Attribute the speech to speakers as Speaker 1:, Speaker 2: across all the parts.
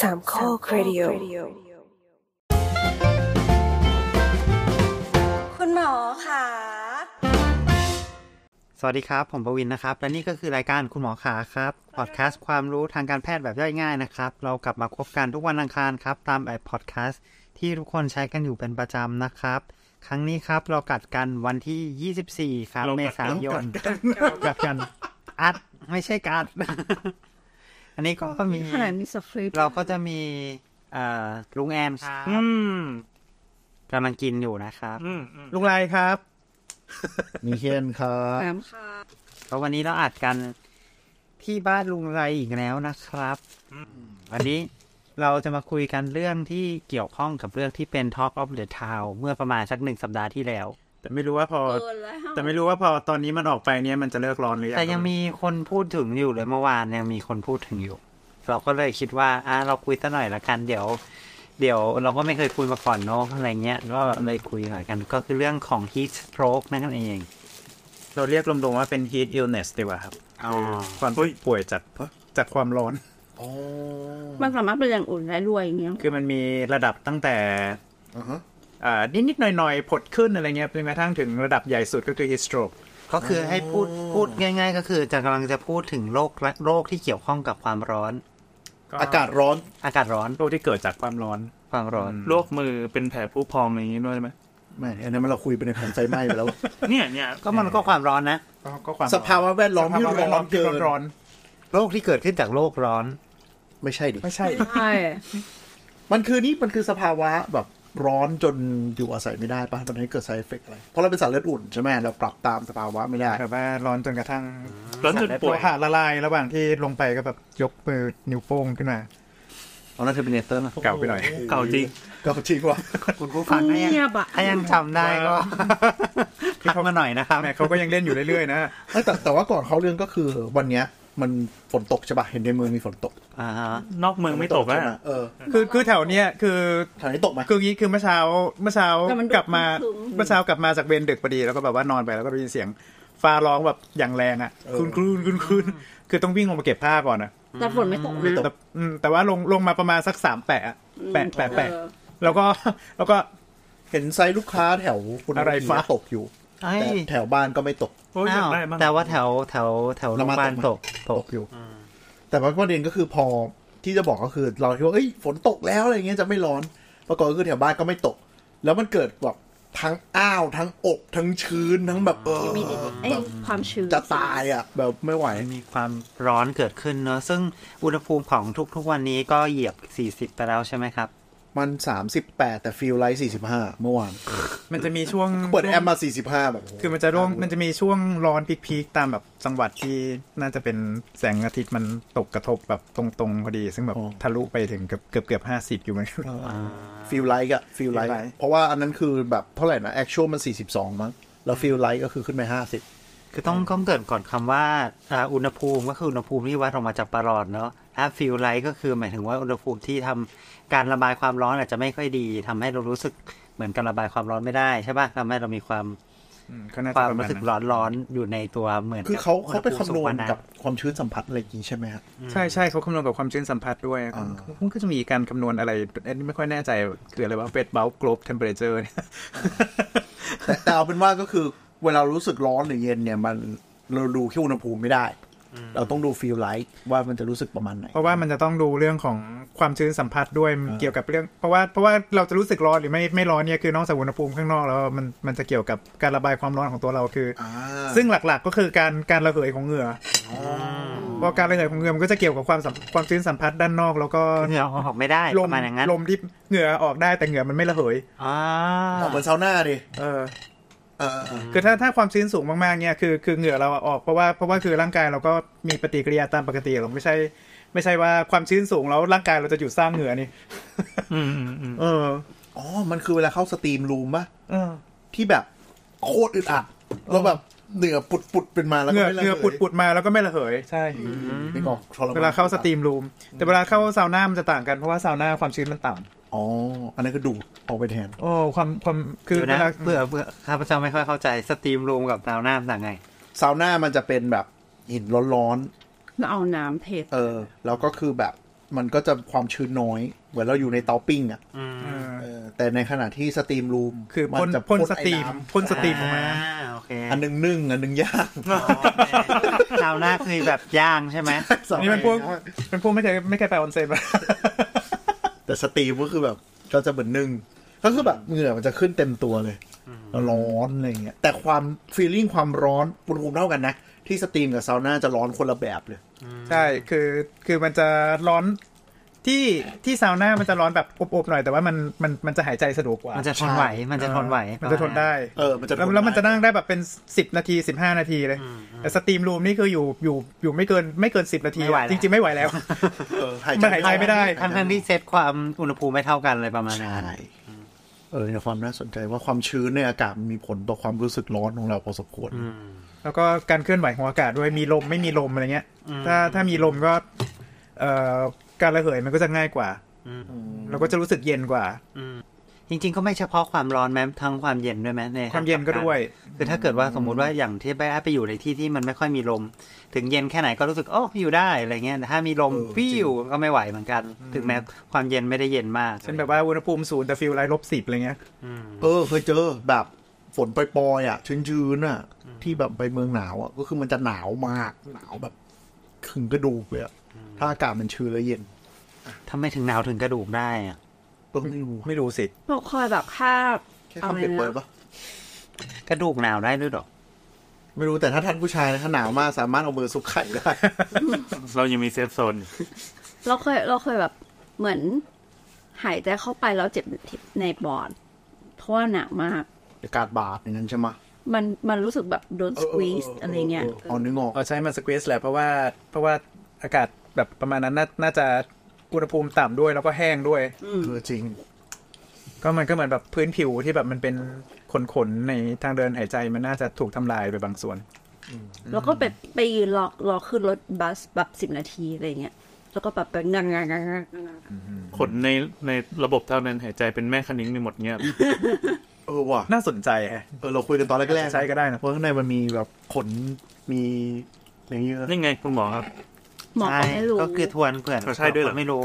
Speaker 1: สามข้อครดิโอ
Speaker 2: คุณหมอค่ะ
Speaker 3: สวัสดีครับ ผมประวินนะครับ และนี่ก็คือรายการคุณหมอขาครับ พอดแคสต์ความรู้ทางการแพทย์แบบย่อยง่ายนะครับ เรากลับมาพบกันทุกวันอังคารครับ ตามแอปพอดแคสต์ที่ทุกคนใช้กันอยู่เป็นประจำนะครับ ครั้งนี้ครับเรากัดกันวันที่ 24 ครับ
Speaker 4: เรา
Speaker 3: เม
Speaker 4: กัดกั
Speaker 3: ษาน ยน
Speaker 4: กัดกัน
Speaker 3: อัดไม่ใช่กัด อันนี้ก็มี
Speaker 5: อาหารสฟริป
Speaker 3: เราก็จะมีเอ่อลุงแอนครับ
Speaker 4: อืม
Speaker 3: กำลังกินอยู่นะครับ
Speaker 4: อืมอืม
Speaker 6: ลุงไรครับ มีเคนครับ
Speaker 5: ครับ
Speaker 3: แล้ววันนี้เราอัดกันที่บ้านลุงไรอีกแล้วนะครับวันนี้เราจะมาคุยกันเรื่องที่เกี่ยวข้องกับเรื่องที่เป็น Talk of the Town เมื่อประมาณสักหนึ่งสัปดาห์ที่แล้ว
Speaker 4: แต่ไม่รู้ว่าพอ
Speaker 5: เกินแล้ว
Speaker 4: แต่ไม่รู้ว่าพอตอนนี้มันออกไปเนี่ยมันจะเลิกร้อนหรือยัง
Speaker 3: แต่ยังมีคนพูดถึงอยู่เลยเมื่อวานยังมีคนพูดถึงอยู่ เราก็เลยคิดว่าอ่ะเราคุยซะหน่อยละกันเดี๋ยว เดี๋ยวเราก็ไม่เคยคุยมาก่อนเนาะอะไรเงี้ยก็เลยคุยหน่อยกัน ก็คือเรื่องของ heat stroke นั่นเอง
Speaker 4: เราเรียกลมๆว่าเป็น heat illness ดีกว่าครับ
Speaker 3: อ๋อ
Speaker 4: ความป่วยจากจากความร้อน
Speaker 5: มันสามารถเป็นอย่างอื่นได้ด้วยอย่างเงี้ย
Speaker 4: คือมันมีระดับตั้งแต่
Speaker 6: อ่าฮะ
Speaker 4: อ่านิดๆหน่อยๆ ผดขึ้นอะไรเงี้ยจนกระทั่งถึงระดับใหญ่สุดก็คือ heat stroke
Speaker 3: ก็คือให้พูดพูดง่าย ๆ ก็คือจะกำลังจะพูดถึงโรคและโรคที่เกี่ยวข้องกับความร้อน
Speaker 6: อากาศร้อน
Speaker 3: อากาศร้อน
Speaker 4: โรคที่เกิดจากความร้อน
Speaker 3: ความร้อน
Speaker 7: โรคมือเป็นแผลผู้พองอะไรอย่างนี้ด้วยไหม
Speaker 6: ไม่อันนั้นมันเราคุยไปในแผนไฟไหม้ไปแล้ว
Speaker 7: เนี่ยเนี่ย
Speaker 3: ก็มันก็ความร้อนนะ
Speaker 4: ก็ความ
Speaker 6: สภาวะแวดล้อมที่
Speaker 4: สภาวะแวด
Speaker 6: ร้อนเกิน
Speaker 4: ร้อน
Speaker 3: โรคที่เกิดขึ้นจากโรคร้อน
Speaker 6: ไม่ใช่ดิ
Speaker 4: ไม่ใช่
Speaker 5: ใช่
Speaker 6: มันคือนี่มันคือสภาวะแบบร้อนจนอยู่อาศัยไม่ได้ป่ะตอนนี้เกิดไซเอฟเฟกอะไร เพราะเราเป็นสารเลือดอุ่นใช่ไหมเราปรับตามสภาวะ ไม่ได้
Speaker 4: แบบว่าร้อนจนกระทั่ง
Speaker 7: ร้อนจน
Speaker 4: โล
Speaker 7: ป่วย
Speaker 4: หะละลายระหว่างที่ลงไปก็แบบยกมือนิ้วโป้งขึ้นมา
Speaker 3: เอาหน้าเทอร์มินเตอร์มา
Speaker 4: เก่าไปหน่อย
Speaker 7: เก่าจริง
Speaker 6: ก็จริงว่ะ
Speaker 3: คุณผู้ฟังถ้ายัง
Speaker 5: เงียบอะ
Speaker 3: ถ้ายังจำได้ก็ ทักมาหน่อยนะครับ
Speaker 4: แหม่เขาก็ยังเล่นอยู่เรื่อยๆนะ
Speaker 6: เอ้ยแต่แต่ว่าก่อนเขาเรื่องก็คือวันเนี้ย มันฝนตกใช่ป่ะ เห็นในเมืองมีฝนตก
Speaker 3: อ่าฮะ
Speaker 7: นอกเมืองไม่ตกแล้ว
Speaker 6: ใช่หเออ
Speaker 4: คือคือแถวเนี้ยคือ
Speaker 6: แถวนี้ตกไหม
Speaker 4: คืองี้คือเมื่อเช้าเมื่อเช้า
Speaker 5: แต่มันดู
Speaker 4: กลับมา
Speaker 5: ครึ้มๆ
Speaker 4: เมื่อเช้ากลับมาจากเวรดึกพอดีแล้วก็แบบว่านอนไปแล้วก็ได้ยินเสียงฟ้าร้องแบบอย่างแรงอ่ะครุนครุนครุนครุนคือต้องวิ่งลงมาเก็บผ้าก่อนนะ
Speaker 5: แต่ฝนไม่ตกนะ
Speaker 4: แต่อืมแต่ว่าลงลงมาประมาณสักสามแปะอะแปะแปะแปะ
Speaker 5: เออ
Speaker 4: แล้วก็แล้วก็
Speaker 6: เห็นไซต์ลูกค้าแถวคุณ
Speaker 4: อะไรฟ้า
Speaker 6: ตกอยู่
Speaker 3: ไอ้
Speaker 6: แต่แถวบ้านก็ไม่ตก
Speaker 7: โอ้ยอยากได้บ้าง
Speaker 3: แต่ว่าแถวแถวแถวโรงพยาบาลตกต
Speaker 6: ต
Speaker 3: ก
Speaker 6: กอยู่ แต่ว่าประเด็นก็คือพอที่จะบอกก็คือ เราคิดว่าเอ้ยฝนตกแล้วอะไรเงี้ยจะไม่ร้อนปรากฏก็คือแถวบ้านก็ไม่ตก แล้วมันเกิดแบบทั้งอ้าวทั้งอกทั้งชื้นทั้งแบบเออ
Speaker 5: มีไอ้ความชื้น
Speaker 6: จะตายอ่ะ แบบไม่ไหว
Speaker 3: มีความร้อนเกิดขึ้นเนอะซึ่งอุณหภูมิของทุกๆวันนี้ก็เหยียบ 40 ไปแล้วใช่ไหมครับ
Speaker 6: มันสามสิบแปดแต่ฟิลไลท์สี่สิบห้าเมื่อวาน
Speaker 4: มันจะมีช่วง
Speaker 6: เปิดแอมมาสี่สิบห้าแบบโโห
Speaker 4: คือมันจะร่วงมันจะมีช่วงร้อนพีคๆตามแบบจังหวัดที่น่าจะเป็นแสงอาทิตย์มันตกกระทบแบบตรงๆพอดี ซึ่งแบบทะลุไปถึงเกือบเกือบเกือบห้าสิบอยู่เหมือนกัน
Speaker 6: ฟิลไลท์อะฟิลไล
Speaker 4: feel
Speaker 6: ท์
Speaker 4: light
Speaker 6: เพราะว่าอันนั้นคือแบบเท่าไหร่นะแอคชวลมันสี่สิบสองมั้งแล้วฟิลไลท์ก็คือขึ้นไปห้าสิบ
Speaker 3: คือต้องต้องเกริดก่อนคำว่าอ่าอุณหภูมิก็คืออุณหภูมิที่วัดออกมาจากประหลอดเนาะถ้าฟิลไลท์ก็คือหมายถึงว่าอุณหภูมิที่ทำการระบายความร้อนอาจจะไม่ค่อยดีทำให้เรารู้สึกเหมือนการระบายความร้อนไม่ได้ใช่ปะทำให้เรามีความ
Speaker 4: อืมก็น่าจะ
Speaker 3: ความ
Speaker 4: ประมาณ
Speaker 3: รู้สึก
Speaker 4: นั้น
Speaker 3: ร้อนร้อนๆอยู่ในตัวเหมือน
Speaker 6: คือเขาเขาไปคำนวณ
Speaker 3: อุณหภูมิสูงกา
Speaker 6: กับความชื้นสัมผัสอะไรอย่างงี้ใช่ไหมฮะ
Speaker 4: ใช่ใช่เขาคำนวณกับความชื้นสัมผัสด้วย
Speaker 6: อ่า
Speaker 4: มันก็จะมีการคำนวณอะไรอันนี้ไม่ค่อยแน่ใจคืออะไรว่าเฟสเบลกลบเทมเปอเรเจอร์เนี่ย
Speaker 6: แต่แต่เอาเป็นว่าก็คือเวลารู้สึกร้อนหรือเย็นเนี่ยมันเราดูแค่อุณหภูมิไม่ได้ เราต้องดูฟีลไลท์ว่ามันจะรู้สึกประมาณไหน
Speaker 4: เพราะว่ามันจะต้องดูเรื่องของความชื้นสัมผัสด้วยมัน
Speaker 6: อ่า
Speaker 4: เกี่ยวกับเรื่อง เพราะว่าเพราะว่าเราจะรู้สึกร้อนหรือไม่ไม่ร้อนเนี่ยคือนอกจากอุณหภูมิข้างนอกแล้วมันมันจะเกี่ยวกับการระบายความร้อนของตัวเราคืออซึ่งหลักๆก็คือการการระเหยของเหงื่ออเพราะการระเหยของเหงื่อมันก็จะเกี่ยวกับความสัมความชื้นสัมผัสด้านนอก แล้วก็
Speaker 3: เหงื่อออกไม่ได้
Speaker 4: ล
Speaker 3: ป
Speaker 4: ม
Speaker 3: ระมาณอย่างนั้น
Speaker 4: ลมที่เหงื่อออกได้แต่เหงื่อมันไม่ระเหย
Speaker 3: อ่า
Speaker 6: ออกเหมือนซาวน่าดิ
Speaker 4: เออ
Speaker 6: เออเออ
Speaker 4: คือถ้าถ้าความชื้นสูงมากๆเนี่ยคือคือเหงื่อเราอะออกเพราะว่าเพราะว่าคือร่างกายเราก็มีปฏิกิริยาตามปกติหรอกไม่ใช่ ไม่ใช่ว่าความชื้นสูงแล้วร่างกายเราจะหยุดสร้างเหงื่อนี่
Speaker 7: อืมอืมอืม
Speaker 4: เออ
Speaker 6: อ๋อ มันคือเวลาเข้าสตรีมรูมปะ
Speaker 4: เออ
Speaker 6: ที่แบบโคตรอึดอัดแล้วแบบเหนื่อปุดปุดๆเป็นมาแล้ว
Speaker 4: เหงื่
Speaker 6: ก็
Speaker 4: อ
Speaker 6: ไม่ละ
Speaker 4: เหงื่อ
Speaker 6: ลย
Speaker 4: ปุดปุดมาแล้วก็ไม่ระเหยใช่
Speaker 6: ไม่ออกทรมน
Speaker 4: เวลาเข้าสตรีมรูม แต่เวลาเข้าซาวน่ามันจะต่างกันเพราะว่าซาวน่าความชื้นมันต่
Speaker 6: อ๋อ อันนั้นก็ดูดออกไปแทน
Speaker 4: ำโอ้ความความคือ
Speaker 3: เดี๋ยวนะ
Speaker 4: เวลา
Speaker 3: เบื่อเบื่อข้าพเจ้าไม่ค่อยเข้าใจสตรีมรูมกับดาวน้ำต่างไง
Speaker 6: ซาวน่ามันจะเป็นแบบหินร้อน
Speaker 5: แล้วเอาน้ำเท
Speaker 6: ๆเออ แล้วก็คือแบบ มันก็จะความชื้นน้อย เหมือนเราอยู่ในเตาปิ้งอ่ะ
Speaker 7: อืม
Speaker 4: เออ
Speaker 6: เออแต่ในขณะที่สตรีมรูม
Speaker 4: คือ
Speaker 6: มั
Speaker 4: พ่น
Speaker 6: จะ
Speaker 4: พ่นส
Speaker 6: ไอ้
Speaker 4: ตรีม
Speaker 6: น้
Speaker 4: พ่นสตรีมออกมา
Speaker 3: อ่โอเค
Speaker 6: ำอันหนึงนึ่งอันหนึงย่าง
Speaker 3: คราวหน้าคือแบบย่างใช่ไหม
Speaker 6: สอง
Speaker 4: นี่มันพวก
Speaker 6: อัะ
Speaker 4: มันพวกไม่เคยไม่เคยไปออนเซ็นปะ
Speaker 6: แต่สตรีมก็คือแบบก็จะเหมือนนึ่งก็คือแบบเหงื่อมันจะขึ้นเต็มตัวเลยร้อนอะไรอย่างเงี้ยแต่ความฟีลลิ่งความร้อนอุณหภูมิเท่ากันนะ ที่สตรีมกับซาวน่าจะร้อนคนละแบบเลย
Speaker 4: ใช่ คือ คือมันจะร้อนที่ที่ซาวน่ามันจะร้อนแบบอบๆหน่อย แต่ว่ามันมันมันจะหายใจสะดวกกว่า
Speaker 3: มั
Speaker 4: มัน
Speaker 3: จะทนไหวมันจะทนไหว
Speaker 4: มันจะทนได้
Speaker 6: เออมันจะทน
Speaker 4: แล้วแล้วมัน
Speaker 6: ได้
Speaker 4: จะนั่งได้แบบเป็นสิบนาทีสิบห้านาทีเลย แต่สตรีมรูมนี่คืออยู่อยู่อยู่ไม่เกินไม่เกินสิบนาทีอะจริงๆไม่ไหวแล้ว
Speaker 6: เออหาย
Speaker 4: มันหายใจไม่ได้
Speaker 3: ทั้งทั้งๆที่เซตความอุณหภูมิไม่เท่ากันอะไรประมาณนั้
Speaker 6: ใช่
Speaker 3: น
Speaker 6: เออในความน่าสนใจว่าความชื้นในอากาศมีผลต่อความรู้สึกร้อนของเราพอสมควร
Speaker 4: แล้วก็การเคลื่อนไหวของอากาศด้วยมีลมไม่มีลมอะไรเงี้ย ถ้าถ้ามีลมก็เอ่อการระเหยมันก็จะง่ายกว่าเราก็จะรู้สึกเย็นกว่า
Speaker 3: จริง ๆ ก็ไม่เฉพาะความร้อนแม้ทั้งความเย็นด้วยไหมในทง
Speaker 4: ความเย็นก็ด้วย
Speaker 3: คือถ้าเกิดว่าสมมุติว่าอย่างที่ไปแอปไปอยู่ในที่ที่มันไม่ค่อยมีลม ถึงเย็นแค่ไหนก็รู้สึกโอ้อยู่ได้อะไรเงี้ยแต่ถ้ามีลม
Speaker 6: เออจริง
Speaker 3: ปิ้วก็ไม่ไหวเหมือนกัน ถึงแม้ความเย็นไม่ได้เย็นมาก
Speaker 4: เช่นแบบว่าอุณหภูมิศูนย์แต่ฟิลไลท์ลบสิบอะไรเงี้ย
Speaker 6: เออเคยเจอแบบฝนปล่อยๆอ่ะชื้นๆอ่ะ ที่แบบไปเมืองหนาวอ่ะก็คือมันจะหนาวมาก หนาวแบบขึงกระดูกเลยอะถ้าอากาศมันชื้นและเย็น
Speaker 3: ทำไมถึงหนาวถึงกระดูกได้อะ
Speaker 6: เออไม่รู้
Speaker 4: ไม่รู้สิ
Speaker 5: พวกคอยแบบค่าบ
Speaker 6: แค่ความเปลี่ยนแปลงปะ
Speaker 3: กระดูกหนาวได้ด้วยเหรอ
Speaker 6: ไม่รู้แต่ถ้าท่านผู้ชายนะถ้าหนาวมากสามารถเอามือซุกไข่ได้
Speaker 7: เรายังมีเซฟโซน
Speaker 5: เราเคยเราเคยแบบเหมือนหายใจเข้าไปแล้วเจ็บในปอดเพราะว่าหนักมาก
Speaker 6: อากาศบาดอย่างนั้นใช่ไหม
Speaker 5: มันมันรู้สึกแบบโดนสควีซอะไรเงี้ย
Speaker 6: อ๋อนึกออก
Speaker 4: อ๋อใช่มันสควีซแหละเพราะว่าเพราะว่าอากาศแบบประมาณนั้นน่าน่าจะอุณหภูมิต่ำด้วยแล้วก็แห้งด้วย
Speaker 6: คือจริง
Speaker 4: ก็มันก็เหมือนแบบพื้นผิวที่แบบมันเป็นขนๆในทางเดินหายใจมันน่าจะถูกทำลายไปบางส่วน
Speaker 5: แล้วก็ไปไปยืนรอรอขึ้นรถบัสแบบสิบนาทีอะไรเงี้ยแล้วก็แบบไปงังงังงังงังงัง
Speaker 7: ขนในในระบบเท่านั้นหายใจเป็นแม่คณิ้งในหมดเงี้ย
Speaker 6: เออว่ะ
Speaker 4: น่าสนใจแฮะ
Speaker 6: เออเราคุยกันตอนแรกๆ
Speaker 4: ใช้ก็ได้นะ
Speaker 6: เพราะข้างในมันมีแบบขนมีอะไรเงี้ยอะ
Speaker 7: นี่ไงคุณหมอครับ
Speaker 5: หมอก็
Speaker 3: ใช่
Speaker 5: ไม่รู้
Speaker 3: ก็คือทวนเผื่อน
Speaker 7: เขาใช่ด้วยเหรอ
Speaker 3: ไม่ รู้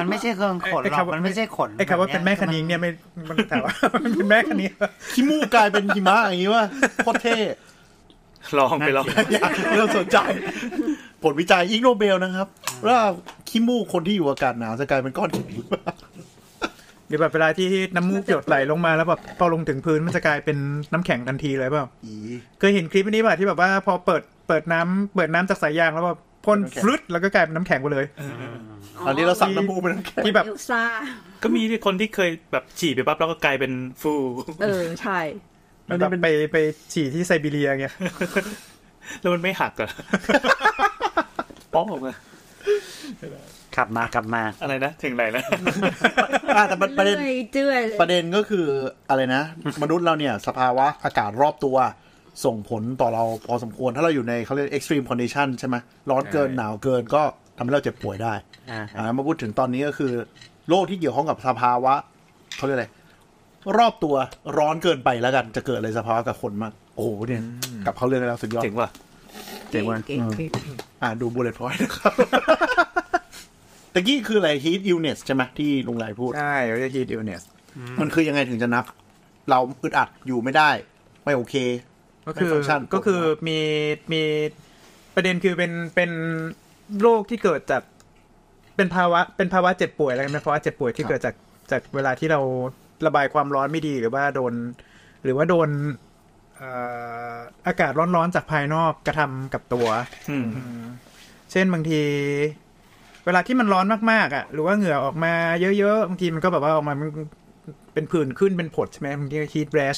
Speaker 3: มันไม่ใช่เครื่องขน
Speaker 4: ไอ้
Speaker 3: หรอ
Speaker 4: คำ
Speaker 3: ก
Speaker 4: ว่า
Speaker 3: มันไม่ใช่ขน
Speaker 4: ไอ้คำว่าเป็นแม่คณิงเนี่ยไม่มันถามว่า มันเป็นแม่คณิง
Speaker 6: ขี้มูกกลายเป็นหิมะอย่างนี้ว่าโคตรเท่
Speaker 7: ลองไปลอง
Speaker 6: อยากเรื่องสนใจ ผลวิจัยอิกโนเบลนะครับ ว่าขี้มูกคนที่อยู่อากาศหนาวจะกลายเป็นก้อนหิน
Speaker 4: หรือแบบเวลาที่น้ำมูกหยดไหลลงมาแล้วแบบพอลงถึงพื้นมันจะกลายเป็นน้ำแข็งทันทีเลยเปล่า
Speaker 6: อี
Speaker 4: เคยเห็นคลิปอันนี้ป่ะที่แบบว่าพอเปิดเปิดน้ำเปิดน้ำจากสายยางแล้วแบบพ่น
Speaker 6: น้ำแข็ง
Speaker 4: ฟลุตแล้วก็กลายเป็นน้ำแข็งไปเลย
Speaker 6: อันนี้เราสั่งน้ำมูกเป็น น้ำแข็ง
Speaker 4: ที่แบบ
Speaker 5: เอลซ่า
Speaker 7: ก็มีที่คนที่เคยแบบฉี่ไปปั๊บแล้วก็กลายเป็นฟู
Speaker 5: เออ ใช่
Speaker 4: มันแบบไปไปฉี่ที่ไซบีเรียเงี้ย
Speaker 7: แล้วมันไม่หักเหรอะ ป้องออกมา
Speaker 3: ขับมากลับมา
Speaker 7: อะไรนะ ถึงไหนนะ
Speaker 6: อ่ะแต่ประประเด็น
Speaker 5: รื่อยเจื่อยเลย
Speaker 6: ประเด็นก็คืออะไรนะ มนุษย์เราเนี่ย สภาวะอากาศรอบตัว ส่งผลต่อเราพอสมควรถ้าเราอยู่ในเขาเรียก extreme condition ใช่ไหมร้อนเกินหนาวเกินก็ทำให้เราเจ็บป่วยได้
Speaker 3: อ่า
Speaker 6: อ่ามาพูดถึงตอนนี้ก็คือโรคที่เกี่ยวข้องกับสภาวะเขาเรียกอะไร รอบตัวร้อนเกินไปแล้วกัน จะเกิดอะไรสภาวะกับคนมาก โอ้โหเนี่ยกลับเขาเรื่องแล้วสุดยอด
Speaker 7: เจ๋งว่ะ
Speaker 5: เก่งเก่งเก่ง
Speaker 6: อ่าดูบูเลตพอยต์นะครับ ตะกี้คืออะไร heat illness ใช่ไหมที่ลุงไหลพูด
Speaker 4: ใช่เรียกฮีทอิลเนส
Speaker 6: มันคือยังไงถึงจะนับ เราอึดอัดอยู่ไม่ได้ ไม่โอเค
Speaker 4: ก็คือ
Speaker 6: ไม่ function
Speaker 4: ก็คือมีมีประเด็นคือเป็นเป็นโรคที่เกิดจากเป็นภาวะเป็นภาวะเจ็บป่วยอะไรเป็นภาวะเจ็บป่วยที่
Speaker 6: ครับ
Speaker 4: เกิดจากจากเวลาที่เราระบายความร้อนไม่ดีหรือว่าโดน หรือว่าโดนเอ่ออากาศร้อนๆจากภายนอกกระทำกับตัว
Speaker 7: อืม
Speaker 4: เช่นบางที เวลาที่มันร้อนมากๆอ่ะ หรือว่าเหงื่อออกมาเยอะๆบางทีมันก็แบบว่าออกมามันเป็นผื่นขึ้นเป็นผดใช่ไหมบางทีฮีทแรช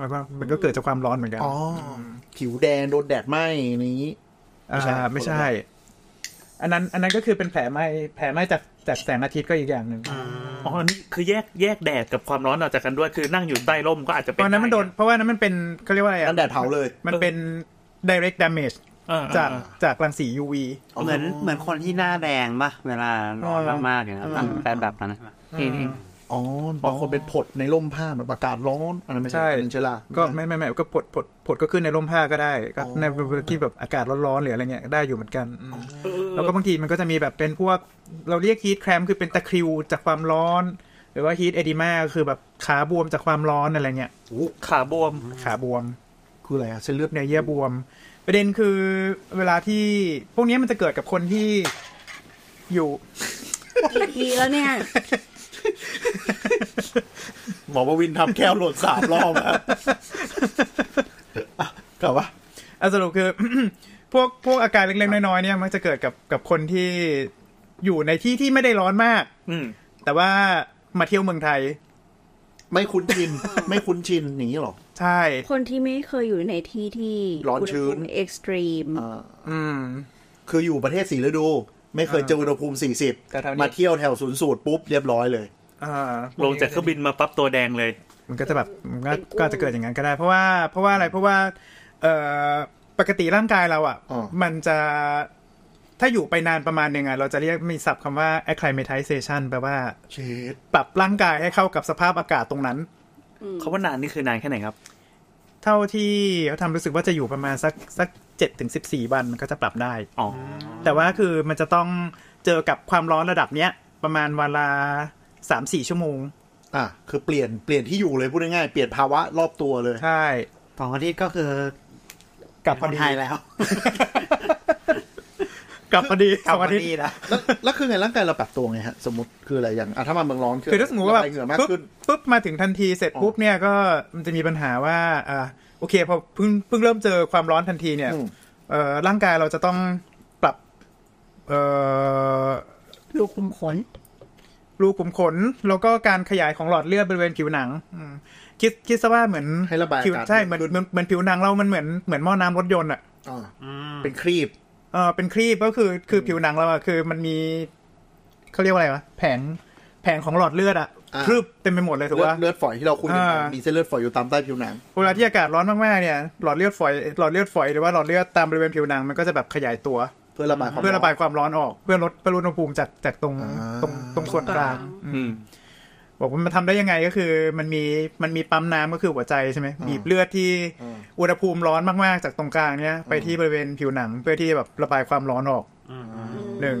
Speaker 4: มันก็มันก็เกิดจากความร้อนเหมือนกัน
Speaker 6: อ๋อผิวแดงโดนแดดไหมอะไรอย่างนี้ ไม่ใช่
Speaker 4: อ่าไม่ใช่ อันนั้น อันนั้นก็คือเป็นแผลไหมแผลไหมจากจากแสงอาทิตย์ก็อีกอย่างหนึ่ง
Speaker 7: อ๋ออันนี่คือแยกแยกแดดกับความร้อนออกจากกันด้วย คือนั่งอยู่ใต้ร่มก็อาจจะ
Speaker 4: เพ
Speaker 7: เป็น
Speaker 4: ราะอันนั้นมันโดนเพราะว่าอันนั้นมันเป็นเขาเรียกว่าอะไร
Speaker 6: นั่
Speaker 4: อ่ะ
Speaker 6: นแดดเผาเลย
Speaker 4: มันเป็น direct damage
Speaker 7: เออ
Speaker 4: จากจากรังสี UV
Speaker 3: เหมือนเหมือนคนที่หน้าแดงปะเวลาร้อนมากๆอย่างนั้น
Speaker 4: อ๋อ
Speaker 3: เป็นแบบนั้นนะ
Speaker 7: อืม
Speaker 6: อ๋อบอกคนเป็นผดในร่มผ้าแบบอากาศร้อนอันนั้นไม่
Speaker 4: ใช่
Speaker 6: ใช่เป็นเชื้อรา
Speaker 4: ก็
Speaker 6: ไม่
Speaker 4: ไม่ไม่ไม่ก็ผดผดผดก็ขึ้นในร่มผ้าก็ได้ ก็
Speaker 6: อ๋อ
Speaker 4: ในที่แบบอากาศร้อนๆหรืออะไรเงี้ยได้อยู่เหมือนกันอืมแล้วก็บางทีมันก็จะมีแบบเป็นพวกเราเรียกฮีทแครมคือเป็นตะคริวจากความร้อน หรือว่าฮีทเอดิมาคือแบบขาบวมจากความร้อนอะไรเงี้ย
Speaker 7: ขาบวม
Speaker 4: ขาบวม
Speaker 6: คืออะไรอะเส้นเลือด
Speaker 4: เนื้อเยื่อบวม ประเด็นคือเวลาที่พวกนี้มันจะเกิดกับคนที่อยู่
Speaker 5: กี่ทีแล้วเนี่ย
Speaker 6: หมอประวินทำแก้วโหลดสามรอบแล้ว อ่ะกลับว่า
Speaker 4: อะสรุปคือ พวกพวกอาการเล็กๆน้อยๆเนี่ยมันจะเกิดกับกับคนที่อยู่ในที่ที่ไม่ได้ร้อนมาก
Speaker 7: อืม
Speaker 4: แต่ว่ามาเที่ยวเมืองไทย
Speaker 6: ไม่คุ้นชิน ไม่คุ้นชินอย่างนี้หรอ
Speaker 4: ใช่
Speaker 5: คนที่ไม่เคยอยู่ในที่ที่
Speaker 6: ร้อนชื้น
Speaker 5: เอ็กซ์ตรีม
Speaker 6: อ่า
Speaker 4: อืม
Speaker 6: คืออยู่ประเทศสีฤดู ไม่เคยเจออุณหภูมิสี่สิบ
Speaker 4: แต่แถวนี้
Speaker 6: มาเที่ยวแถวศูนย์สูตรปุ๊บเรียบร้อยเลย
Speaker 4: อ่า
Speaker 7: ลงจากเครื่องบินมาปั๊บตัวแดงเลย
Speaker 4: มันก็จะแบบมันก็ก็อาจจะเกิดอย่างนั้นก็ได้ เพราะว่าเพราะว่าอะไรเพราะว่า เอ่อปกติร่างกายเราอ่ะ
Speaker 6: อ๋อ
Speaker 4: มันจะถ้าอยู่ไปนานประมาณหนึ่งอ่ะเราจะเรียกมีศัพท์คำว่า acclimatization แปลว่า
Speaker 6: เชด
Speaker 4: ปรับร่างกายให้เข้ากับสภาพอากาศตรงนั้น
Speaker 7: เขาว่านานนี่คือนานแค่ไหนครับ
Speaker 4: เท่าที่เขาทำรู้สึกว่าจะอยู่ประมาณสักสักเจ็ดถึงสิบสี่วันมันก็จะปรับได้
Speaker 7: อ๋อ
Speaker 4: แต่ว่าคือมันจะต้องเจอกับความร้อนระดับเนี้ย ประมาณเวนลาสามสี่ชั่วโมง
Speaker 6: อ่ะคือเปลี่ยนเปลี่ยนที่อยู่เลยพูดง่ายๆเปลี่ยนภาวะรอบตัวเลย
Speaker 4: ใช่
Speaker 3: สองอาทิตย์ก็คือก
Speaker 4: ลับ
Speaker 3: ค
Speaker 4: พอน ดี
Speaker 3: ไทยแล้ว
Speaker 4: กลับพอดีสองอาทิต
Speaker 3: กลับม
Speaker 4: ย์
Speaker 3: นี่นะ
Speaker 6: แล้วแล้วคือไงร่างกายเราปรับตัวไงฮะ สมมติคืออะไรอย่างอ่ะถ้ามาเมืองร้อน
Speaker 4: คือถ้าสมมติว่าแบ
Speaker 6: ระ
Speaker 4: บ
Speaker 6: ยเหงื่อมาก
Speaker 4: ปุ๊บ
Speaker 6: ขึ้น
Speaker 4: ปุ๊บมาถึงทันทีเสร็จ
Speaker 6: อ๋อ
Speaker 4: ปุ๊บเนี่ยก็มันจะมีปัญหาว่าอ่าโอเคพอเพิ่งเพิ่งเริ่มเจอความร้อนทันทีเนี่ย
Speaker 6: อืม
Speaker 4: เอ่อร่างกายเราจะต้องปรับเอ่อ
Speaker 5: รูคุมขน
Speaker 4: รูขุมขนแล้วก็การขยายของหลอดเลือดบริเวณผิวหนังอืมคิดคิดซะว่าเหมือน
Speaker 6: ให้ระบายอากาศ
Speaker 4: ผิวใช่เหมือน
Speaker 6: ขึ้น
Speaker 4: เหมือนเหมือนผิวหนังเรามันเหมือนเหมือนหม้อน้ำรถยนต์อ่ะ
Speaker 6: อ่าเป็นครีบ
Speaker 4: เออเป็นครีบก็คือคือผิวหนังเราอ่ะคือมันมีเขาเรียกว่าอะไรวะแผงแผงของหลอดเลือดอ่ะ
Speaker 6: อ่า
Speaker 4: ครึบเต็มไปหมดเลยถูก
Speaker 6: เลือด
Speaker 4: ปะ
Speaker 6: เลือดฝอยที่เราคุยกัน
Speaker 4: อ่ามี
Speaker 6: มีเส้นเลือดฝอยอยู่ตามใต้ผิวหนัง
Speaker 4: เวลาที่อากาศร้อนมากๆเนี่ยหลอดเลือดฝอยหลอดเลือดฝอยหรือว่าหลอดเลือดตามบริเวณผิวหนังมันก็จะแบบขยายตัว
Speaker 6: เพื่อระบายความ
Speaker 4: เพื่อระบาย
Speaker 6: น
Speaker 4: ความร้อนออกเพื่อลดเพื่อลดอุณหภูมิจากจากตรง
Speaker 6: อ่า
Speaker 4: ตรงตรงส่วนกลาง
Speaker 7: อืม
Speaker 4: บอกว่ามันทำได้ยังไงก็คือ มันมีมันมีปั๊มน้ำก็คือหัวใจใช่ไหมบีบเลือดที่
Speaker 6: อ่า
Speaker 4: อุณหภูมิร้อนมากๆ จากตรงกลางเนี้ยไปที่บริเวณผิวหนังเพื่อที่แบบระบายความร้อนออกหนึ่ง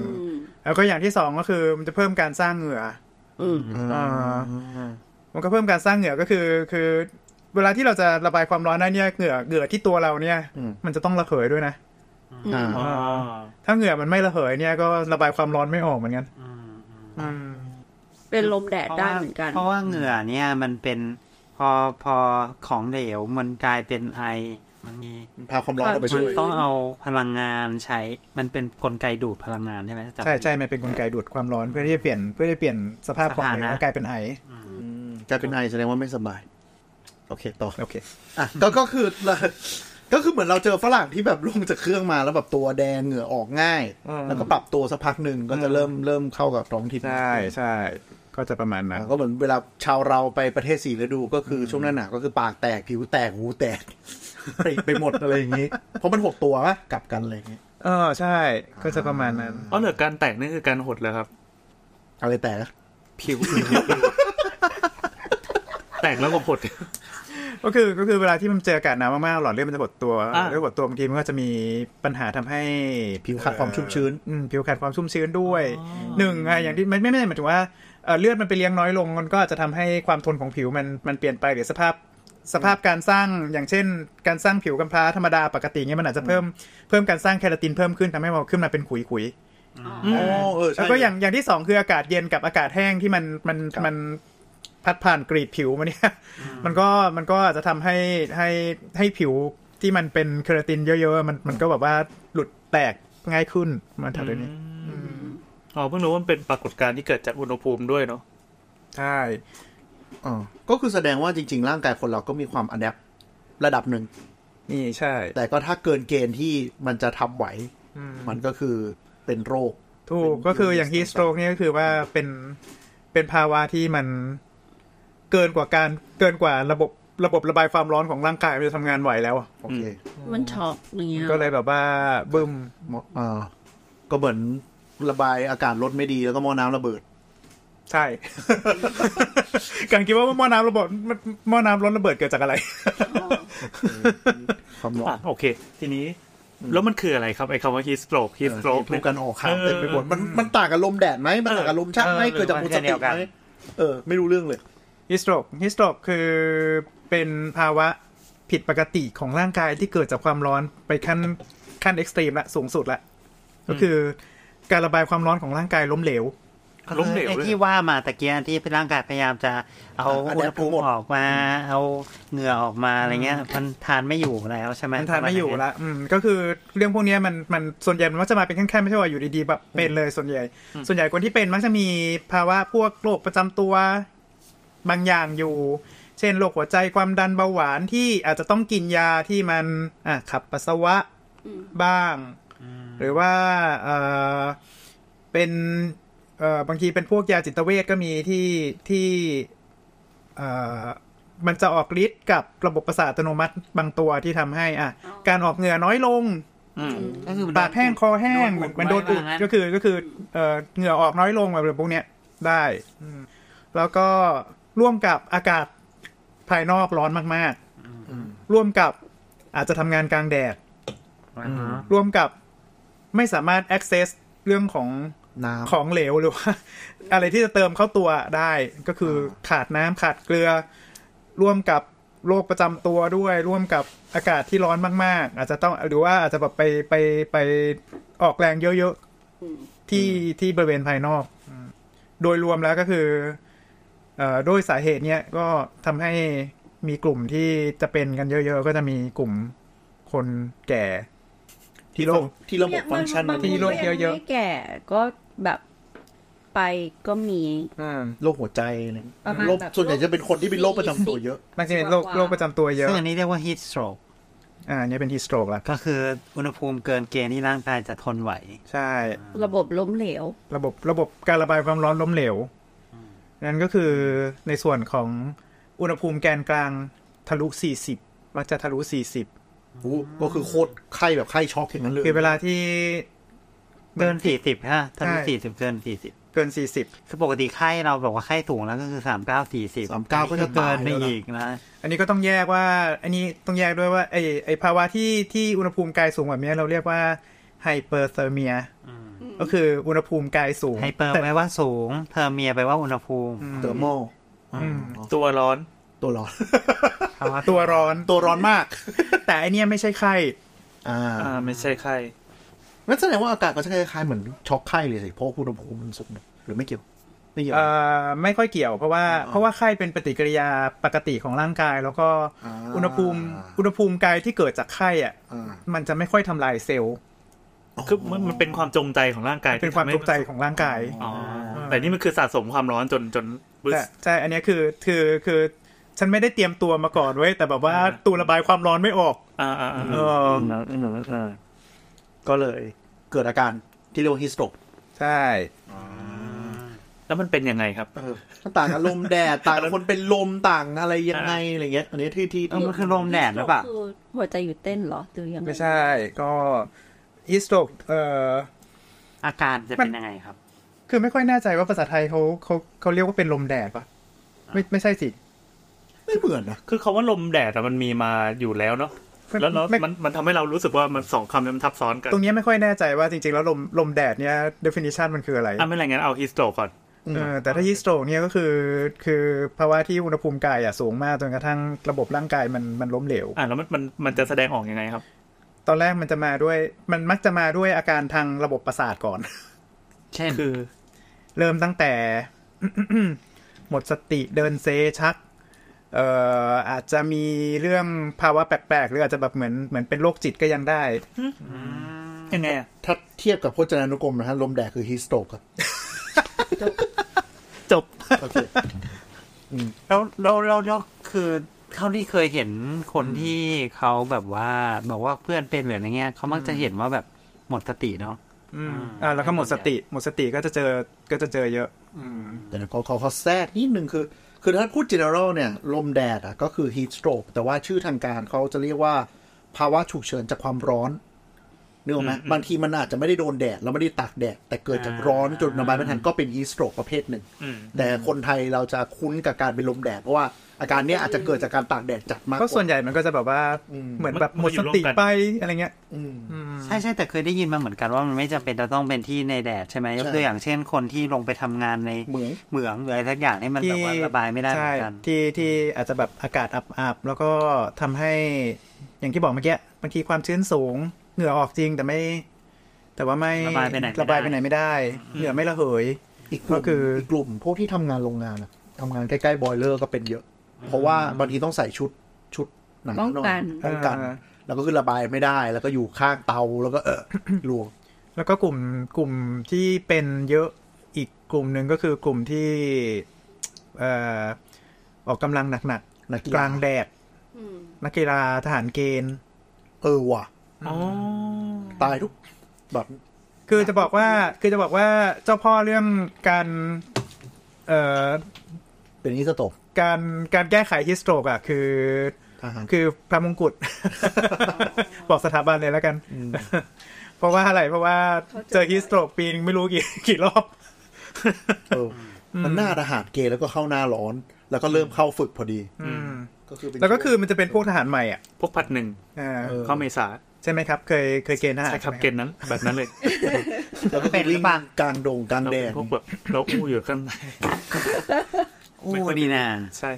Speaker 4: แล้วก็อย่างที่สองก็คือมันจะเพิ่มการสร้างเหงื่ออ
Speaker 5: ม
Speaker 4: อ่ามันก็เพิ่มการสร้างเหงื่อก็คือคือ เวลาที่เราจะระบายความร้อนได้เนี่ยเหงื่อเหงื่อที่ตัวเราเนี่ย
Speaker 6: อืม
Speaker 4: มันจะต้องระเหยด้วยนะ
Speaker 6: อ่า
Speaker 7: อ๋อ
Speaker 4: ถ้าเหงื่อมันไม่ระเหยเนี่ยก็ระบายความร้อนไม่ออกเหมือนกันอืม
Speaker 5: เป็นลมแดด
Speaker 3: เพราะ
Speaker 5: ได้
Speaker 3: ว่า
Speaker 5: เหมือนกัน
Speaker 3: เพราะว่าเหงื่อเนี่ยมันเป็นพอพอของเหลวมันกลายเป็นไอ มันมี
Speaker 6: พาความร้อนเราไป
Speaker 3: มั
Speaker 6: ช่
Speaker 3: น
Speaker 6: วย
Speaker 3: ต้องเอาพลังงานใช้ มันเป็นกลไกดูดพลังงานใช่ไหมจำ
Speaker 4: ใช่ใช่มันเป็นกลไกดูดความร้อนเพื่อที่จะเปลี่ยนเพื่อที่จะเปลี่ยนสภาพของ
Speaker 3: สถา
Speaker 4: เหล
Speaker 3: นะ
Speaker 4: วกลายเป็นไอ
Speaker 6: กลายเป็นไอแสดงว่าไม่สบาย โอเคต่อ
Speaker 4: โอเค
Speaker 6: อ่ะก็ก็คือ ก็คือเหมือนเราเจอฝรั่งที่แบบลงจากเครื่องมาแล้วแบบตัวแดงเหงื่อออกง่าย
Speaker 4: อืม
Speaker 6: แล้วก็ปรับตัวสักพักหนึ่งก็จะเริ่มเริ่มเข้ากับท้องถิ่น
Speaker 4: ใช่ใช่ก็จะประมาณนั้น
Speaker 6: อ่ะก็เหมือนเวลาชาวเราไปประเทศสีฤดูก็คืออช่วงหน้าหนาวก็คือปากแตกผิวแตกหูแตก ไปไปหมดอะไรอย่างนี้ เพราะมันหดตัวปะกลับกันอะไรอย่างนี้
Speaker 4: เออใช่ก็จะประมาณนั้น
Speaker 7: อ๋อเหลือการแตกนี่คือการหดเลยครับ
Speaker 6: อะไรแตกอะ
Speaker 7: ผิว แตกแล้วก็หด
Speaker 4: ก็คือก็คือเวลาที่มันเจออากาศหนาวมากๆหลอดเลือดมันจะบดตัว
Speaker 7: อ่า
Speaker 4: แล้วบดตัวบางทีมันก็จะมีปัญหาทำให้
Speaker 6: ผิวขาดความชุ่มชื้น
Speaker 4: อืมผิวขาดความชุ่มชื้นด้วยหนึ่งอะอย่างที่ไม่ไม่ไม่หมายถึงว่าเอ่อเลือดมันไปเลี้ยงน้อยลงมันก็อาจจะทำให้ความทนของผิวมันมันเปลี่ยนไปหรือสภาพสภาพการสร้างอย่างเช่น การสร้างผิวกำพร้าธรรมดาปกติเงี้ยมันอาจจะเพิ่มเพิ่มการสร้างแคราตินเพิ่มขึ้นทำให้มันขึ้นมาเป็นขุยขุยๆ
Speaker 6: อ๋อเออใช่
Speaker 4: แล้วก็อย่างอย่างที่สองคืออากาศเย็นกับอากาศแห้งที่มันมัน
Speaker 6: ครับ
Speaker 4: มันพัดผ่านกรีดผิวมาเนี่ย มันก็มันก็อาจจะทำให้ให้ให้ผิวที่มันเป็นเคราตินเยอะๆมันมันก็แบบว่าหลุดแตกง่ายขึ้นมาทำแบบนี้
Speaker 7: อ๋อเพิ่งรู้ว่ามันเป็นปรากฏการณ์ที่เกิดจากอุณหภูมิด้วยเนาะ
Speaker 4: ใช่
Speaker 6: อ่าก็คือแสดงว่าจริง ๆ ร่างกายคนเราก็มีความอัดแอประดับหนึ่ง
Speaker 4: นี่ใช่
Speaker 6: แต่ก็ถ้าเกินเกณฑ์ที่มันจะทำไหว มันก็คือเป็นโรค
Speaker 4: ถูกก็คืออย่างฮีสโตรกเนี่ยก็คือว่าเป็นเป็นภาวะที่มันเกินกว่าการเกินกว่าระบบระบบระบายความร้อนของร่างกายมันจะทำงานไหวแล้วอะ
Speaker 6: โอเค
Speaker 5: มันช็อกอย่างเงี้ย
Speaker 4: ก็เลยแบบว่าบึ้ม
Speaker 6: หมออ่าก็เหมือนระบายอากาศลดไม่ดีแล้วก็หมอน้ำระเบิด
Speaker 4: ใช่ การคิดว่าหม้อน้ำระเบิดหม้อน้ำร้อนระเบิดเกิดจากอะไร
Speaker 6: ความร้อ
Speaker 7: อ่ะ
Speaker 6: น
Speaker 7: โอเค ทีนี้ แล้วมันคืออะไรครับไอ้คำว่า heat stroke heat
Speaker 6: โรู
Speaker 7: stroke เนี่ย
Speaker 6: กันออกข้าง
Speaker 7: เออ
Speaker 6: เต็มไปหมดมันมันต่างกับลมแดดไหมมันต่างกับลมชักไหม
Speaker 3: เออ
Speaker 6: เกิดจาก
Speaker 3: หรือ
Speaker 6: อุ
Speaker 3: มัน
Speaker 6: ตสา
Speaker 3: แค่
Speaker 6: ห
Speaker 3: เดียวกั
Speaker 6: กร
Speaker 3: น
Speaker 6: รมไหมเออ ไม่รู้เรื่องเลย
Speaker 4: ฮิสโตรกฮิสโตรกคือเป็นภาวะผิดปกติของร่างกายที่เกิดจากความร้อนไปขั้นขั้นเอ็กซ์ตรีมละสูงสุดละก็คือการระบายความร้อนของร่างกายล้มเหลว
Speaker 7: ล้มเหลว
Speaker 3: ไอ้
Speaker 7: เลย
Speaker 3: ที่ว่ามาตะเกียที่ร่างกายพยายามจะเอา
Speaker 6: อ่ะ
Speaker 3: อุณหภูมิ
Speaker 6: adapt
Speaker 3: ออกมา เอาเหงื่อออกมาอะไรเงี้ย มันทานไม่อยู่แล้วใช่ไหม
Speaker 4: มันทานไม่อยู่ละอืมก็คือเรื่องพวกเนี้ยมันมันส่วนใหญ่มันมักจะมาเป็นแค่ๆไม่ใช่ว่าอยู่ดีๆแบบเป็นเลยส่วนใหญ่ ส่วนใหญ่คนที่เป็นมักจะมีภาวะพวกโรคประจำตัวบางอย่างอยู่ เช่นโรคหัวใจความดันเบาหวานที่อาจจะต้องกินยาที่มันอ่ะขับปัสสาวะบ้าง หรือว่าเออเป็นเอ่อบางทีเป็นพวกยาจิตเวชก็มีที่ที่เอ่อมันจะออกฤทธิ์กับระบบประสาทอัตโนมัติบางตัวที่ทำให้อ่ะ
Speaker 5: อ๋อ
Speaker 4: การออกเหงื่อน้อยลง
Speaker 3: ก็คือมัน
Speaker 4: ปากแห้งคอแห้ง
Speaker 3: โดนอุด
Speaker 4: มันโดนอุด
Speaker 3: ไว้ว่างั้น
Speaker 4: ก็คือก็คือเอ่อเหงื่อออกน้อยลงแบบพวกเนี้ยได้อืมแล้วก็ร่วมกับอากาศภายนอกร้อนมากๆ ร่วมกับอาจจะทำงานกลางแดด
Speaker 3: อ่าฮะ
Speaker 4: ร่วมกับไม่สามารถ access เรื่องของ
Speaker 6: น้ำ
Speaker 4: ของเหลวหรือว่า อะไรที่จะเติมเข้าตัวได้ก็คือขาดน้ำขาดเกลือ ร่วมกับโรคประจำตัวด้วย ร่วมกับอากาศที่ร้อนมาก ๆ อาจจะต้องหรือว่าอาจจะแบบไปไปไปออกแรงเยอะๆที่ที่บริเวณภายนอกอืมโดยรวมแล้วก็คือเอ่อโด้วยสาเหตุเนี้ยก็ทำให้มีกลุ่มที่จะเป็นกันเยอะๆ ก็จะมีกลุ่มคนแก่ ที่โรค
Speaker 6: ที่ระบบฟังก์ชันมัน
Speaker 4: ที่โรคเยอะๆ
Speaker 5: ไม่แก่ก็แบบไปก็มี
Speaker 6: โรคหัวใจเนี่ย
Speaker 5: ประมาณ
Speaker 6: โรค
Speaker 5: แบบ
Speaker 6: ส่วนใหญ่จะเป็นคนที่เป็นโรคประจำตัวเยอะ
Speaker 4: มักจะเป็นโรคโรคประจำตัวเยอะ
Speaker 3: ซึ่งอันนี้เรียกว่า heat stroke
Speaker 4: อ่าเนี่ยเป็นที่สโตรกละ
Speaker 3: ก็คืออุณหภูมิเกินเกณฑ์ที่ร่างกายจะทนไหว
Speaker 4: ใช่
Speaker 5: ระบบล้มเหลว
Speaker 4: ระบบระบบการระบายความร้อนล้มเหลว นั่นก็คือในส่วนของอุณหภูมิแกนกลางทะลุ 40 มักจะทะลุ 40
Speaker 6: ก็คือโคตรไข้แบบไข้ช็อกอย่างนั้นเลย
Speaker 4: คือเวลาที่
Speaker 3: เกินสี่สิบฮะทะลุ
Speaker 4: ใช่
Speaker 3: สี่สิบเกินสี่สิบ
Speaker 4: เกิน
Speaker 3: คือปกติไข้เราบอกว่าไข้สูงแล้วก็คือสามเก้าสี่สิบ
Speaker 6: สามเก้าก็จะ
Speaker 3: เกิ
Speaker 6: ตาย
Speaker 3: นไป
Speaker 6: แล้วนะ
Speaker 3: อีกนะ
Speaker 4: 40 อันนี้ก็ต้องแยกว่า อันนี้ต้องแยกด้วยว่าไอไอภาวะที่ที่อุณหภูมิกายสูงแบบเนี้ยเราเรียกว่าไฮเปอร์เทอร์เมียก็คืออุณหภูมิกายสูง
Speaker 3: ไฮเปอร์แปลว่าสูง เทอร์เมียแปลว่าอุณหภูมิ
Speaker 6: เตอร์โม
Speaker 4: อืม
Speaker 7: ตัวร้อน
Speaker 6: ตัวร้อน
Speaker 3: ภาวะ
Speaker 4: ตัวร้อน
Speaker 6: ตัวร้อนมาก
Speaker 4: แต่ไอเนี้ยไม่ใช่ไข้
Speaker 6: อ่า
Speaker 7: อ่า ไม่ใช่ไข้
Speaker 6: งั้นแสดงว่าอากาศก็จะคล้ายๆเหมือนช็อกไข้เลยสิเพราะอุณหภูมิมันสูงหรือไม่เกี่ยวไม่เกี่ยว
Speaker 4: เอ่อไม่ค่อยเกี่ยวเพราะว่าเพราะว่าไข้เป็นปฏิกิริยาปกติของร่างกาย แล้วก็
Speaker 6: อ่า
Speaker 4: อุณหภูมิอุณหภูมิกายที่เกิดจากไข้อ่ะ
Speaker 6: อ่า
Speaker 4: มันจะไม่ค่อยทำลายเซลล์
Speaker 7: คือมันมันเป็นความจงใจของร่างกาย
Speaker 4: เป็นความต
Speaker 7: ที่
Speaker 4: ก
Speaker 7: ทำให้
Speaker 4: ใจของร่างกาย
Speaker 7: อ๋ออ่าแต่นี่มันคือสะสมความร้อนจนจนบึ้
Speaker 4: แต่
Speaker 7: ส
Speaker 4: ใช่อันเนี้ยคือคือคือฉันไม่ได้เตรียมตัวมาก่อนเว้ยแต่แบบว่า
Speaker 7: อ่า
Speaker 4: ตูระบายความร้อนไม่ออก
Speaker 7: อ่าอ่าอ่า
Speaker 4: เออ
Speaker 6: ก็เลย เกิดอาการที่เรียกว่าฮิสโตรก
Speaker 4: ใช่
Speaker 7: แล้วมันเป็นยังไงครับ
Speaker 6: ต่างกับลมแดด ต่างกับคนเป็นลมต่างอะไรยังไงอะไรเงี้ย อันนี้ที่ที่
Speaker 3: เออมันคือลมแดดหรือเปล่า
Speaker 5: คือหัวใจหยุดเต้นเหรอหรือยังง
Speaker 4: ไม่ใช่ก็ฮิสโตรกเอ่อ
Speaker 3: อาการจะเป็นยังไงครับ
Speaker 4: คือไม่ค่อยแน่ใจว่าภาษาไทยเขาเขาเขาเรียกว่าเป็นลมแดดปะไม่ไม่ใช่สิ
Speaker 6: ไม่เหมือนนะ
Speaker 7: คือคาว่าลมแดดอะมันมีมาอยู่แล้วเนาะแล้วแล้ว
Speaker 4: ไม่
Speaker 7: มันมันทำให้เรารู้สึกว่ามันสองคำนี้มันทับซ้อนกัน
Speaker 4: ตรงเนี้ยไม่ค่อยแน่ใจว่าจริงๆ แล้วลมลมแดดเนี่ย definition มันคืออะไร
Speaker 7: อ่ะไม่ไรงั้นเอาฮิสโตก่อน
Speaker 4: เออแต่ถ้า heat stroke เนี่ยก็คือ คือภาวะที่อุณหภูมิกายอ่ะสูงมากจนกระทั่งระบบร่างกายมันมันล้มเหลว
Speaker 7: อ่ะแล้วมันมันมันจะแสดงออกยังไงครับ
Speaker 4: ตอนแรกมันจะมาด้วยมันมักจะมาด้วยอาการทางระบบประสาทก่อน
Speaker 3: เช่น
Speaker 7: คือ
Speaker 4: เริ่มตั้งแต่ หมดสติเดินเซชัก เอ่ออาจจะมีเรื่องภาวะแปลกๆ หรืออาจจะแบบเหมือนเหมือนเป็นโรคจิตก็ยังได้
Speaker 7: ยังไงอะ
Speaker 6: ถ้าเทียบกับพจนานุกรมนะฮะลมแดดคือฮิสโตรกครับ
Speaker 7: จบ
Speaker 6: โอเค
Speaker 3: แล้วแล้วแล้วแล้วคือเท่าที่เคยเห็นคนที่เขาแบบว่าบอกว่าเพื่อนเป็นหรืออะไรเงี้ยเขามักจะเห็นว่าแบบหมดสติเนาะ
Speaker 4: อืมอ่าแล้วก็หมดสติหมดสติก็จะเจอก็จะเจอเยอะ
Speaker 6: แต่เขาเขาเขาแทรกนิดนึงคือ คือถ้าพูด general เนี่ย ลมแดดอ่ะก็คือ heat stroke แต่ว่าชื่อทางการเขาจะเรียกว่า ภาวะฉุกเฉินจากความร้อน นึกออกไหม
Speaker 7: อืม
Speaker 6: บางทีมันอาจจะไม่ได้โดนแดดแล้วไม่ได้ตากแดด แต่เกิดจากร้อนจนระบายไม่ทันก็เป็นอีสโตรกประเภทหนึ่ง
Speaker 7: อืม
Speaker 6: แต่คนไทยเราจะคุ้นกับการเป็นลมแดดเพราะว่าอาการเนี้ยอาจจะเกิดจากการตากแดดจัดมากก
Speaker 4: ก็
Speaker 6: ว่า
Speaker 4: ส่วนใหญ่มันก็จะแบบว่า
Speaker 6: อืม
Speaker 4: เหมือนแบบ
Speaker 7: มัน
Speaker 4: หมด
Speaker 7: อยู่
Speaker 4: ส
Speaker 7: ร่วม
Speaker 4: ติ
Speaker 7: กัน
Speaker 4: ไปอะไรเงี้ย
Speaker 6: อืม
Speaker 4: อืม
Speaker 3: ใช่ใช่แต่เคยได้ยินมาเหมือนกันว่ามันไม่จำเป็นจะต้องเป็นที่ในแดดใช่ไหมยก
Speaker 6: ใช่
Speaker 3: ตัวอย่างเช่นคนที่ลงไปทำงานใน
Speaker 6: เหมือน
Speaker 3: เหมืองหรืออะไรสักอย่างนี่มันแบบว่าระบายไม่ได้เหมือนกัน
Speaker 4: ใช่ที่ที่อาจจะแบบอากาศอับๆแล้วก็ทำให้อย่างที่บอกเมื่อกี้บางทีความชื้นสูง เหงื่อออกจริงแต่ไม่ แต่ว่าไม่
Speaker 3: ระบายไปไหนไม่ได้
Speaker 4: ระบายไปไหนไม่ได้ เหงื่อไม่ระเหย
Speaker 6: อีกกลุ่ม
Speaker 4: ก็คืออี
Speaker 6: กกลุ่มพวกที่ทำงานโรงงานอะทำงานใกล้ๆบอยเลอร์ก็เป็นเยอะ เพราะว่าบางทีต้องใส่ชุดชุดหนัง
Speaker 5: ป้องกัน
Speaker 6: ป้องกัน แล้วก็คือระบายไม่ได้ แล้วก็อยู่ข้างเตาแล้วก็เออ ลวง
Speaker 4: แล้วก็กลุ่มกลุ่มที่เป็นเยอะอีกกลุ่มหนึ่งก็คือกลุ่มที่เอ่อออกกำลังหนัก
Speaker 6: นักกี
Speaker 4: ๆก
Speaker 6: ฬา
Speaker 4: ลางแดด
Speaker 5: อืม
Speaker 4: นักกีฬาทหารเกณฑ์
Speaker 6: เออว่ะ
Speaker 7: อ๋อ
Speaker 6: ตายทุกแบบ
Speaker 4: คือจะบอกว่าคือจะบอกว่าเจ้าพ่อเรื่องการเอ่อ
Speaker 6: เป็นอีสโตก
Speaker 4: การการแก้ไขฮิสโตรกอ่ะ คือ
Speaker 6: ทหาร
Speaker 4: คือพระมงกุฎ บอกสถาบันเลยแล้วกัน เพราะว่าอะไรเพราะว่า
Speaker 5: เขาเจอ
Speaker 4: เจอฮิสโตรกปีนึงไม่รู้กี่ กี่รอบ
Speaker 6: เอออมันหน้าทหารเกณฑ์แล้วก็เข้าหน้าร้อน แล้วก็เริ่มเข้าฝึกพอดี
Speaker 4: อืม
Speaker 6: ก็คือเป็น
Speaker 4: แล้วก็คือมันจะเป็นพวกทหารใหม่อ่ะ
Speaker 7: พวกพัดหนึ่ง
Speaker 4: อ่า
Speaker 6: เออ
Speaker 7: เข้าเมษา
Speaker 4: ใช่ไหมครับ เคยเคยเกณฑ์ทหาร
Speaker 7: ใช่ครับเกณฑ์นั้น แบบนั้นเลย
Speaker 6: แล้วก็คือวิ่งกลางดงกลาง
Speaker 7: เรา
Speaker 6: แด
Speaker 7: เป็น
Speaker 6: ด
Speaker 7: พวกแบบเราอู้อยู่ข้างใน
Speaker 3: โอ้ดีนะ
Speaker 7: ใช่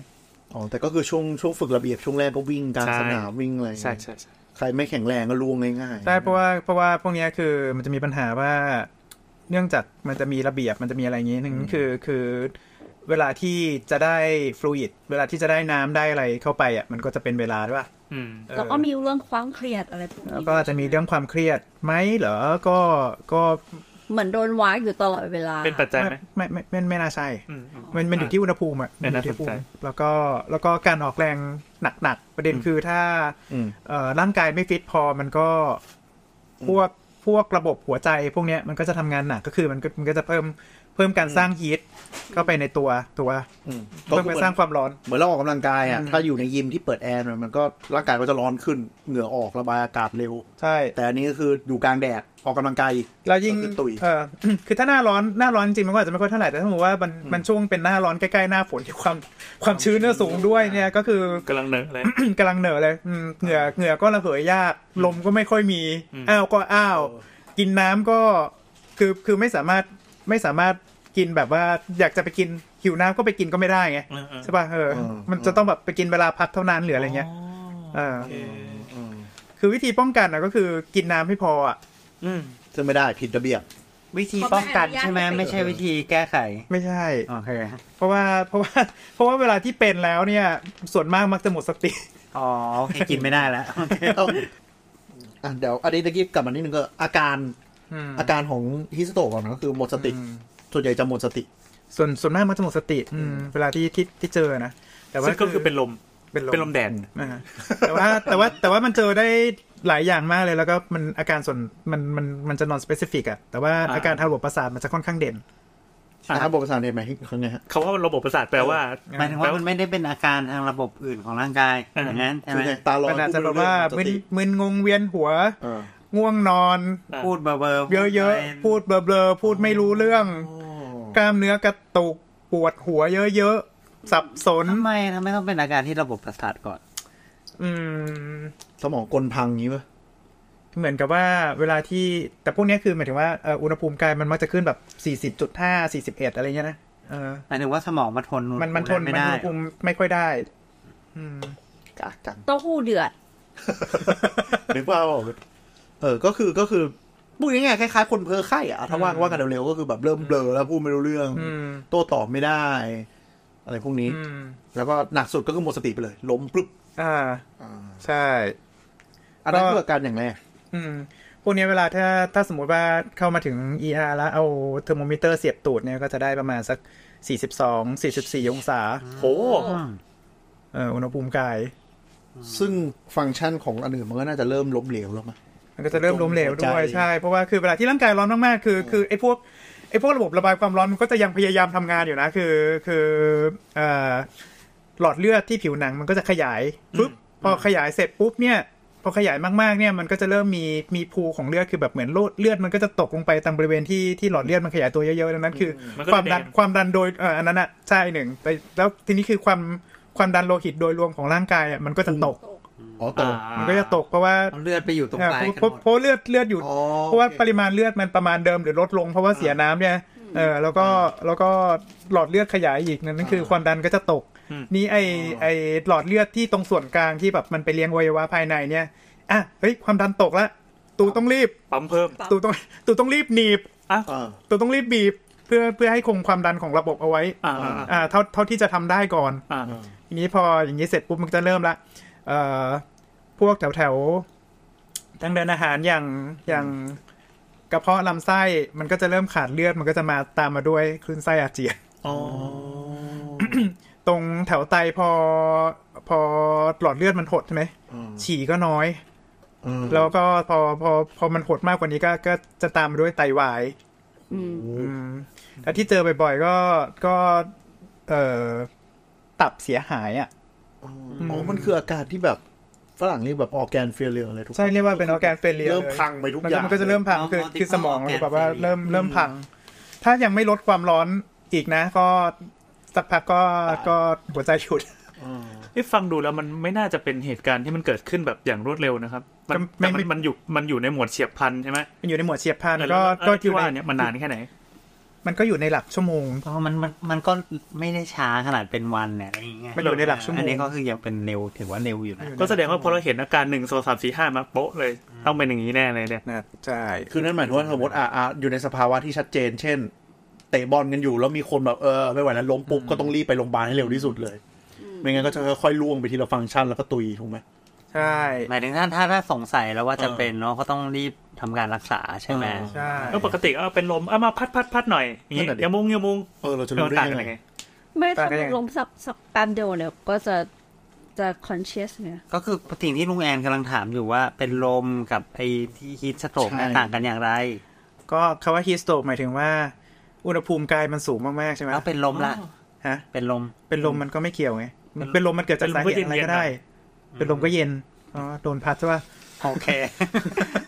Speaker 6: อ๋อแต่ก็คือช่วงช่วงฝึกระเบียบช่วงแรกก็วิ่งกลาง
Speaker 7: ใช่
Speaker 6: สนามวิ่งอะไร
Speaker 7: ใช่ใช่ใช่
Speaker 6: ใครไม่แข็งแรงก็ลวงง่ายๆ
Speaker 4: ใช่เพราะว่าเพราะว่าพวกเนี้ยคือมันจะมีปัญหาว่า เนื่องจากมันจะมีระเบียบมันจะมีอะไรอย่างงี้หนึ่งคือคือเวลาที่จะได้ฟลูอิดเวลาที่จะได้น้ำได้อะไรเข้าไปอ่ะมันก็จะเป็นเวลาด้วยป่ะ
Speaker 7: อืม
Speaker 4: เออ
Speaker 5: แล้วก็มีเรื่องความเครียดอะไรพวก
Speaker 4: แล้ว
Speaker 5: นี้
Speaker 4: ก็อาจจะมีเรื่องความเครียดไหมเหรอ ก็ก็
Speaker 5: เหมือนโดนวากอยู่ตลอดเวลา
Speaker 7: เป็นปัจจัยไหม
Speaker 4: ไม่ไม่ไม่ไม่น่าใช่
Speaker 7: อืมอืม
Speaker 4: มันมันอยู่ที่อุณหภูมิอะ
Speaker 7: ไม่น่า
Speaker 4: อยู่ที่อุณหภู
Speaker 7: สน
Speaker 4: มิ
Speaker 7: ใจ
Speaker 4: แล้วก็แล้วก็การออกแรงหนักๆประเด็นคือถ้า
Speaker 6: อืม
Speaker 4: เอ่อร่างกายไม่ฟิตพอมันก็พวกพวกระบบหัวใจพวกเนี้ยมันก็จะทำงานหนักก็คือมันก็มันก็จะเพิ่มเพิ่มการสร้างฮีทเข้าไปในตัวตัว
Speaker 6: อืมก็
Speaker 4: เพิ่ม
Speaker 6: คือ
Speaker 4: การ
Speaker 6: มัน
Speaker 4: สร้างความร้อน
Speaker 6: เหมือนเราออกกำลังกายอ่ะ
Speaker 4: อืม
Speaker 6: ถ้าอยู่ในยิมที่เปิดแอร์หน่อยมันก็ร่างกายก็จะร้อนขึ้น เหงื่อออกระบายอากาศเร็ว
Speaker 4: ใช่
Speaker 6: แต่อันนี้ก็คืออยู่กลางแดด ออกกำลังกายอีก
Speaker 4: แล้วยิ่ง
Speaker 6: ก็คือตุ๋ย
Speaker 4: เออ คือถ้าหน้าร้อนหน้าร้อนจริงมันก็อาจจะไม่ค่อยเท่าไหร่แต่ถ้าสมมติว่ามันมันช่วงเป็นหน้าร้อนใกล้ๆหน้าฝนที่ความความชื้นเนี่ยสูงด้วยเนี่ยก็คือ
Speaker 7: กำลังเนิร์ดเลย
Speaker 4: กำลังเหนอะเลยอืมเหงื่อเหงื่อก็ระเหยยาก ลมก็ไม่ค่อยมี
Speaker 7: อืม
Speaker 4: อ้าวก็อ้าว กินน้ำก็ คือคือไม่สามารถไม่สามารถกินแบบว่าอยากจะไปกินหิวน้ำก็ไปกินก็ไม่ได้ไง
Speaker 7: เออเออ
Speaker 4: ใช่ป่ะเออ
Speaker 6: เออ
Speaker 4: มันจะต้องแบบไปกินเวลาพักเท่านั้นหรืออะไรเงี้ยเออ
Speaker 7: โอเค
Speaker 4: คือวิธีป้องกันนะก็คือกินน้ำให้พออ่ะ
Speaker 7: อืม
Speaker 6: ซึ่งไม่ได้ผิดระเบียบ
Speaker 3: วิธีป้องกันใช่ไหม
Speaker 5: เขาไม่อนุญาตให้ไป
Speaker 3: ไม่ใช่วิธีแก้ไข
Speaker 4: ไม่ใช่
Speaker 3: โอเค
Speaker 4: เพราะว่า เพราะว่าเพราะว่าเวลาที่เป็นแล้วเนี่ย ส่วนมากมักจะหมดสติ
Speaker 3: อ๋อโอเคกินไม่ได้แล้วโอเค
Speaker 6: เอาอ่ะเดี๋ยวอันนี้ตะกี้กลับมานิดนึงก็อาการอาการของฮิสโตก่อนนะก็คือหมดสติ ส่วนใหญ่จะหมดสติ
Speaker 4: ส่วนส่วนมากมักจะหมดสติอืมเวลาที่ที่ที่เจอนะแต่ว่า
Speaker 7: ซึ่งก็คือเป็นลม
Speaker 4: เป็นลม
Speaker 7: เป็นลมแดด
Speaker 4: อ่าแต่ว่าแต่ว่าแต่ว่ามันเจอได้หลายอย่างมากเลยแล้วก็มันอาการส่วนมันมันมันจะนอนสเปซิฟิกอะแต่ว่า
Speaker 7: อ่า
Speaker 4: อาการทางระบบประสาทมันจะค่อนข้างเด่น
Speaker 7: อ่ะ
Speaker 6: อาการบอกประสาทเนี่ยหมายถึงไงฮะ
Speaker 7: เขาว่าระบบประสาทแปลว่า
Speaker 3: หมายถึงว่ามันไม่ได้เป็นอาการทางระบบอื่นของร่างกาย
Speaker 7: อ่า
Speaker 3: อย่างนั้นใช่ไห
Speaker 6: คื
Speaker 3: ม
Speaker 6: อไงตาลอย
Speaker 4: มันอาจจะแบบ
Speaker 6: พูด
Speaker 4: ว่า
Speaker 6: ไม่
Speaker 4: มึน
Speaker 6: รู้
Speaker 4: มึนงง
Speaker 6: เรื่องหมดสติ
Speaker 4: เวียนหัว
Speaker 6: เออ
Speaker 4: ง่วงนอน
Speaker 3: พูดเบอร์ๆ
Speaker 4: เยอะๆ พูดเบลอๆพูดไม่รู้เรื่อง กล้ามเนื้อกระตุกปวดหัวเยอะๆ สับสน
Speaker 3: ทำไมทำไมต้องเป็นอาการที่ระบบประสาทก่อน
Speaker 4: อืม
Speaker 6: สมองกลพังอย่างนี้ปะ
Speaker 4: เหมือนกับว่าเวลาที่แต่พวกเนี้ยคือหมายถึงว่าเอ่ออุณหภูมิกายมันมักจะขึ้นแบบ 40.5 41 อะไรเงี้ยนะเออ
Speaker 3: หมายถึงว่าสมองมันทน
Speaker 4: มันมันทน
Speaker 3: ไม่
Speaker 4: มัน
Speaker 3: ได้
Speaker 4: อุณหภูมิไม่ค่อยได้ อืม
Speaker 6: กากจัง
Speaker 5: เต้าหู้เดือด
Speaker 6: นึกว่าออกเออ ก็คือก็คือพูดง่ายๆคล้ายๆคนเพ้อไข้อะถ้าว่า
Speaker 4: อืม
Speaker 6: ว่ากันเร็วๆก็คือแบบเริ่มเบลอแล้วพูดไม่รู้เรื่อง
Speaker 4: อืม
Speaker 6: โต้ตอบไม่ได้ อะไรพวกนี้
Speaker 4: อืม
Speaker 6: แล้วก็หนักสุดก็คือหมดสติไปเลย ล้มปุ๊บ
Speaker 4: อ่า ใช่
Speaker 6: อันนั้น
Speaker 4: ก็
Speaker 6: คืออาการอย่างแรก
Speaker 4: อืมพวกเนี้ยเวลาถ้าถ้าสมมติว่าเข้ามาถึง ER แล้วเอาเทอร์โมมิเตอร์เสียบตูดเนี่ยก็จะได้ประมาณสัก 42 44 องศา
Speaker 7: โห
Speaker 3: อืม
Speaker 4: เอออุณหภูมิกาย
Speaker 6: ซึ่งฟังก์ชันของอันอื่นมันก็น่าจะเริ่มล้มเหลวแล้วมั้ย
Speaker 4: มันก็จะเริ่มล้มเหลวด้วย
Speaker 6: หัวใจ
Speaker 4: ใช่ เพราะว่าคือเวลาที่ร่างกายร้อนมากๆคือคือไอ้พวกไอ้พวกระบบระบายความร้อนมันก็จะยังพยายามทำงานอยู่นะ คือคือเอ่อหลอดเลือดที่ผิวหนังมันก็จะขยายปุ๊บพอขยายเสร็จปุ๊บเนี่ย พอขยายมากๆเนี่ยมันก็จะเริ่มมีมีภูของเลือดคือแบบเหมือนโลดเลือดมันก็จะตกลงไปตามบริเวณที่ที่หลอดเลือดมันขยายตัวเยอะๆดังนั้นคือ
Speaker 7: มันก็
Speaker 4: ความดัน
Speaker 7: แดง
Speaker 4: ความดันโดยเอ่ออันนั้นอ่ะใช่หนึ่งไปแล้วทีนี้คือความความดันโลหิตโดยรวมของร่างกายอ่ะมันก็จะตก
Speaker 6: อ๋อตก
Speaker 7: อ่า
Speaker 4: มันก็จะตกเพราะว่า
Speaker 1: เอาเลือดไปอยู่ตรง
Speaker 4: เอ่อ
Speaker 1: ปลายกันหม
Speaker 4: เพราะ
Speaker 1: ด
Speaker 4: เพราะเลือดเลือดอยู่
Speaker 1: อ๋อ
Speaker 4: เพราะว่า
Speaker 1: โอค
Speaker 4: ปริมาณเลือดมันประมาณเดิมหรือลดลง เพราะว่าเสียน้ำเนี่ย เออแล้วก็แล้วก็หลอดเลือดขยายอีกนั่นนั่นคือความดันก็จะตก
Speaker 7: อืม
Speaker 4: นี่ไอไอหลอดเลือดที่ตรงส่วนกลางที่แบบมันไปเลี้ยงอวัยวะภายในเนี่ยอ่ะเฮ้ยความดันตกละตูต้องรีบ
Speaker 7: ปั๊มเพิ่ม
Speaker 4: ตูต้องตูต้องรีบหนีบ
Speaker 7: อ้าว
Speaker 6: อ่า
Speaker 4: ตูต้องรีบบีบเพื่อเพื่อให้คงความดันของระบบเอาไว้
Speaker 7: อ่า
Speaker 4: อ่าเท่าเท่าที่จะทำได้ก่อน
Speaker 7: อ่า
Speaker 4: ทีนี้พออย่างนี้เสร็จปุ๊บมันก็จะเริ่มละเอ่อพวกแถวแถวๆทางเดินอาหารอย่างอย่างกระเพาะลำไส้มันก็จะเริ่มขาดเลือดมันก็จะมาตามมาด้วยคลื่นไส้อาเจียน
Speaker 7: อ๋อ
Speaker 4: ตรงแถวไตพอพอหลอดเลือดมันหดใช่ไหมฉี่ก็น้อย
Speaker 6: อืม
Speaker 4: แล้วก็พอพอพอมันหดมากกว่านี้ก็ก็จะตามมาด้วยไตวาย
Speaker 5: อืม
Speaker 4: อืมแล้วที่เจอบ่อยๆก็ก็เอ่อตับเสียหายอ่ะ
Speaker 6: อ๋อ มันคืออาการที่แบบฝรั่งเรียกแบบออแกนเฟลเลียอะไรทุก
Speaker 4: ใช่เรียกว่าเป็นออแกนเฟลเลีย
Speaker 6: เริ่มพังไปทุก
Speaker 4: มัน
Speaker 6: อ
Speaker 4: ก็
Speaker 6: ย่าง
Speaker 4: มันก็จะเริ่มพังคือ
Speaker 1: อ๋อ
Speaker 4: คือสมองเราแบบว่า
Speaker 1: organ failure
Speaker 4: เริ่มเริ่มพัง ถ้ายังไม่ลดความร้อนอีกนะ ก็สักพักก็ก็หัวใจหยุด
Speaker 7: นี่ฟังดูแล้วมันไม่น่าจะเป็นเหตุการณ์ที่มันเกิดขึ้นแบบอย่างรวดเร็วนะครับ มัน
Speaker 4: ก็ไม่
Speaker 7: แต่มัน
Speaker 4: ไม่
Speaker 7: มันอยู่มันอยู่ในหมวดเฉียบพลันใช่ไหม
Speaker 4: มันอยู่ในหมวดเฉียบพลัน
Speaker 7: แล้ว
Speaker 4: ก็
Speaker 7: แล้ว
Speaker 4: ก็อ
Speaker 7: ที่
Speaker 4: ยู่
Speaker 7: ว่า
Speaker 4: ใน
Speaker 7: เนี่ยมันนานแค่ไหน
Speaker 4: มันก็อยู่ในหลักชั่วโมง
Speaker 3: เพราะมันมันมันก็ไม่ได้ช้าขนาดเป็นวันเนี่ยอะไรอย่างเงี้ย
Speaker 4: มันอยู่ในหลักชั่วโมง
Speaker 3: อันนี้ก็คือยังเป็นเร็วถือว่าเร็วอยู่นะ
Speaker 7: ก็แสดงว่าพอเราเห็นอาการหนึ่งสองสามสี่ห้ามาโป๊ะเลย ต้องเป็นอย่างนี้แน่เลยเนี่ย
Speaker 4: นะใช่
Speaker 6: คือนั่นหมายถึงว่าสมมติอ่าอ่าอยู่ในสภาวะที่ชัดเจน เช่น เตะบอลกันอยู่แล้วมีคนแบบเออไม่ไหวแล้วล้มปุ๊บก็ต้องรีบไปโรงพยาบาลให้เร็วที่สุดเลย ไม่งั้นก็จะค่อยๆล่วงไปทีละฟังก์ชันแล้วก็ตุยถูกไหม
Speaker 4: ใช่
Speaker 3: หมายถึงถ้าถ้าถ้าสงสัยแล้วว่าจะ
Speaker 6: เออ
Speaker 3: เป็นเนาะก็ต้องรีบทำการรักษาใช่ไหม
Speaker 6: เออ
Speaker 4: ใช่
Speaker 7: ก็ปกติเอาเป็นลมเอามาพัดพัดพัดหน่อยอย่างนี้
Speaker 6: นั่นน่ะดิ
Speaker 7: อยามุงอยามุง
Speaker 6: เออเราจะ
Speaker 7: เรา
Speaker 6: รู้ได้
Speaker 7: ต่างกัน
Speaker 6: ยัง
Speaker 7: ยัง
Speaker 6: ไง
Speaker 7: ไง
Speaker 5: ไม่ทำลมสักสักแป๊บเดียวเนี่ยวก็จะจะ conscious เนี่ย
Speaker 3: ก็คือสิ่งที่ลุงแอนกำลังถามอยู่ว่าเป็นลมกับไอ้ที่ฮิตสโตรกเนี่ยต่างกันอย่างไร
Speaker 4: ก็คำว่าฮีสโตรหมายถึงว่า อุณหภูมิกายมันสูงมากๆใช่ไหม
Speaker 3: แล้วเป็นลมล่ะ
Speaker 4: ฮะ
Speaker 3: เป็นลม
Speaker 4: เป็นลมมันก็ไม่เกี่ยวไง เป็นลมมันเกิดจากสาเหตุอะไรก็ได้ เป็นลมก็เย็นอ๋อโดนพัดใช่ป่ะ
Speaker 3: โอเค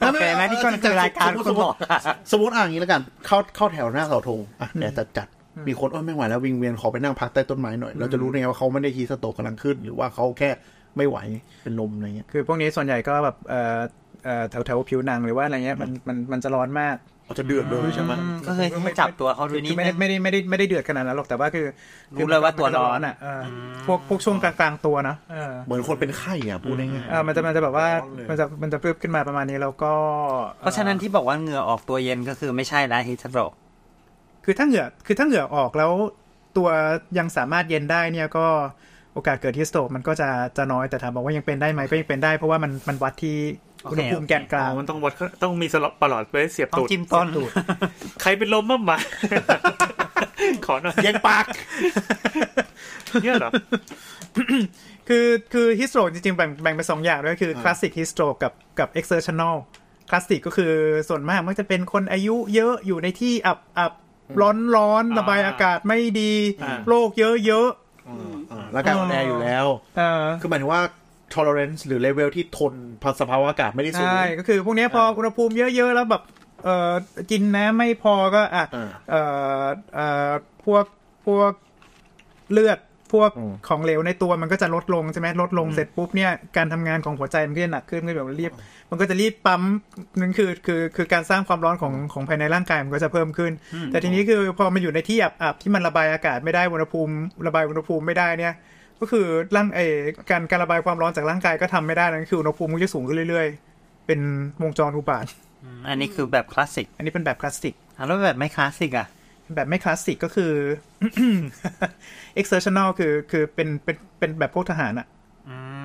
Speaker 3: โอเคไหมนี่ก็คือรายการคุณหมอ
Speaker 6: สมมติอ่าอย่างนี้แล้วกันเข้าเข้าแถวหน้าเสาธงอ่ะแดดจัดจัดมีคนเออไม่ไหวแล้ววิงเวียนขอไปนั่งพักใต้ต้นไม้หน่อยเราจะรู้ได้ไงว่าเขาไม่ได้ฮีสโตรกกำลังขึ้น หรือว่าเขาแค่ไม่ไหวเป็นลมอะไรเงี้ย
Speaker 4: คือพวกนี้ส่วนใหญ่ก็แบบเอ่อเอ่อแถวแถวผิวหนังหรือว่าอะไรเงี้ยมันมันมันจะร้อนมาก
Speaker 6: เขาจะเดือดเลยใช่ไหม
Speaker 3: ก็เคยไม่จับตัวเขาดู
Speaker 4: คือ
Speaker 3: นี่
Speaker 4: ไม่ได้ไม่ได้ไม่ได้ไม่ได้เดือดขนาดนั้นหรอกแต่ว่าคือ
Speaker 3: รู้เลยว่าตัวร้อน
Speaker 4: มัจะอ่ะเออพวกพวกช่วงกลางๆตัวนะเออ
Speaker 6: เหมือนคนเป็นไข้อ่ะพูดง่ายๆ
Speaker 4: เออมันจะมันจะแบบว่า
Speaker 6: ร้อนเลย
Speaker 4: มันจะมันจะปึ๊บขึ้นมาประมาณนี้แล้วก็
Speaker 3: เพราะฉะนั้นที่บอกว่าเหงื่อออกตัวเย็นก็คือไม่ใช่นะฮิตสโตรก
Speaker 4: คือถ้าเหงื่อคือถ้าเหงื่อออกแล้วตัวยังสามารถเย็นได้เนี่ยก็โอกาสเกิดฮิสโตรมันก็จะจะน้อยแต่ถามบอกว่ายังเป็นได้ไหมก็ยังเป็นได้เพราะว่ามันมันวัดที่อุณหภูมิแกนก
Speaker 7: อ๋
Speaker 4: ลาง
Speaker 7: อมันต้องวัดเข้าต้องมีสลบประหลอดไปเสียบ
Speaker 3: ต้อง
Speaker 7: ตูด
Speaker 3: จิ้มต้น
Speaker 7: ใครเป็นลมบ้าง มา ขอหน่อย
Speaker 6: เย็นปาก
Speaker 7: เนี่ยเหรอ
Speaker 4: คือคือฮิสโตรจริงๆแบ่งแบ่งเป็นสองอย่างด้วยคือคลาสสิกฮิสโตรกับกับเอ็กเซอร์ชันแนลคลาสสิกก็คือส่วนมากมักจะเป็นคนอายุเยอะอยู่ในที่อับอับร้อนร้อน
Speaker 7: อ่า
Speaker 4: ระบายอากาศไม่ดี
Speaker 7: อ่า
Speaker 4: โรคเยอะเยอะ
Speaker 6: ร่างกายอ่อนแออยู่แล้ว
Speaker 4: ๆเออ
Speaker 6: คือหมายถึงว่า tolerance หรือ level ที่ทนสภาวะอากาศไม่ได้สูง
Speaker 4: ใช่ก็คือพวกเนี้ยพออุณหภูมิเยอะๆ แล้วแบบเออกินน้ำไม่พอก็อ่ะ
Speaker 6: อ่า
Speaker 4: เออเออพวกพวกเลือดพวก
Speaker 6: อืม
Speaker 4: ของเหลวในตัวมันก็จะลดลงใช่ไหมลดลงเสร็จปุ๊บเนี่ยการทำงานของหัวใจมันก็จะหนักขึ้นก็แบบรีบ มันก็จะรีบปั๊มนั่นคือคือคือการสร้างความร้อนของของภายในร่างกายมันก็จะเพิ่มขึ้น แต่ทีนี้คือพอมันอยู่ในที่อับอับที่มันระบายอากาศไม่ได้อุณหภูมิ ระบายอุณหภูมิไม่ได้เนี่ย ก็คือร่างเออการการระบายความร้อนจากร่างกายก็ทำไม่ได้นั่นคืออุณหภูมิมันก็จะสูงขึ้นเรื่อยๆ เป็นวงจรอุบาท
Speaker 3: อันนี้คือแบบคลาสสิก
Speaker 4: อันนี้เป็นแบบคลาสสิก
Speaker 3: อ่ะแล้วแบบไม่คลาสสิกอ่ะ
Speaker 4: แบบไม่คลาสสิกก็คือ exertional คือคือเป็นเป็นเป็นแบบพวกทหารอะ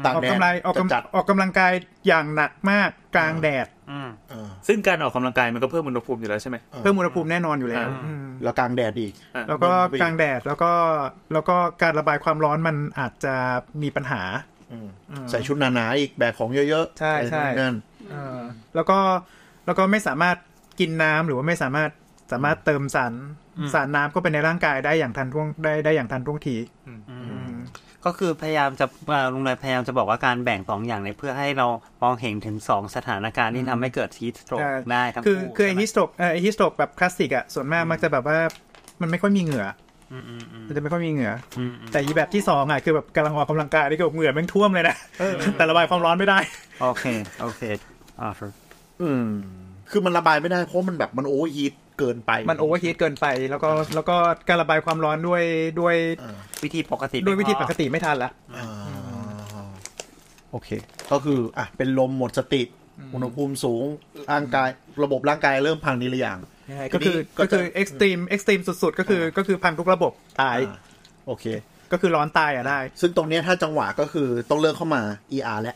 Speaker 6: ตา
Speaker 4: อก อก
Speaker 6: แดด
Speaker 4: กำลังออกกำ
Speaker 6: จัด
Speaker 4: ออกกำลังกายอย่างหนักมากกลางแดด
Speaker 3: อืม
Speaker 6: ๆเออ
Speaker 7: ซึ่งการออกกำลังกายมันก็เพิ่มอุณหภูมิอยู่แล้วใช่ไหม
Speaker 4: เพิ่มอุณหภูมิแน่นอนอยู่แล้ว
Speaker 7: อ่า
Speaker 4: อืม
Speaker 6: แล้วกลางแดดอีก
Speaker 4: แล้วก็
Speaker 6: บนเวที
Speaker 4: กลางแดดแล้วก็แล้วก็การระบายความร้อนมันอาจจะมีปัญหา
Speaker 6: ใส่ชุดหนาๆอีกแบกของเยอะๆ
Speaker 4: ใช่ใช่
Speaker 6: อะไรนั่น
Speaker 4: เออแล้วก็แล้วก็ไม่สามารถกินน้ำหรือว่าไม่สามารถสามารถเติมสารสารน้ำเข้าไปในร่างกายได้อย่างทันท่วงได้ได้อย่างทันท่วงที
Speaker 3: ก็คือพยายามจะเอ่อลุงเลยพยายามจะบอกว่าการแบ่งสองอย่างเนี่ยเพื่อให้เรามองเห็นถึงสองสถานการณ์ที่ทำให้เกิดฮีทสโตรก
Speaker 4: ใช่
Speaker 3: ได้ทั้ง
Speaker 4: คือ
Speaker 3: คู่
Speaker 4: คือไอ
Speaker 3: ใช่ไหม
Speaker 4: ฮิสโตกเอ่อไอฮิสโตกแบบคลาสสิกอ่ะส่วนมากมันจะแบบว่ามันไม่ค่อยมีเหงื่อ
Speaker 3: อืมอืมอืม
Speaker 4: มันจะไม่ค่อยมีเหงื่อ
Speaker 3: อืมอืม
Speaker 4: แต่อีแบบที่สองอ่ะคือแบบกำลังออกกำลังกายนี่ก็แบบเหงื่อแม่งท่วมเลยนะแต่ระบายความร้อนไม่ได้
Speaker 3: โอเคโอเคอ่าครับ
Speaker 6: อืม คือมันระบายไม่ได้เพราะมันแบบมันโอเวอร์ฮีทเกินไป
Speaker 4: มันโอเวอร์ฮีทเกินไปแล้วก็แล้วก็การระบายความร้อนด้วยด้วย
Speaker 3: วิธีปกติ
Speaker 4: ด้วยวิธีปก
Speaker 3: ไม่พ
Speaker 4: ติไม่ทันละ
Speaker 6: อ่าโอเค ก็คืออ่ะเป็นลมหมดสติ อุณหภูมิสูงร่างกายระบบร่างกายเริ่มพังทีละอย่าง
Speaker 4: ก็คือ
Speaker 6: ทีนี้
Speaker 4: ก็
Speaker 6: ก็จะ
Speaker 4: คือเอ็กซ์ตรีมเอ็กซ์ตรีมสุดๆ ก็คือก็คือพังทุกระบบตาย
Speaker 6: อ่าโอเค
Speaker 4: ก็คือร้อนตายอ่ะได้
Speaker 6: ซึ่งตรงเนี้ยถ้าจังหวะก็คือต้องเลิกเข้ามา ER แล้ว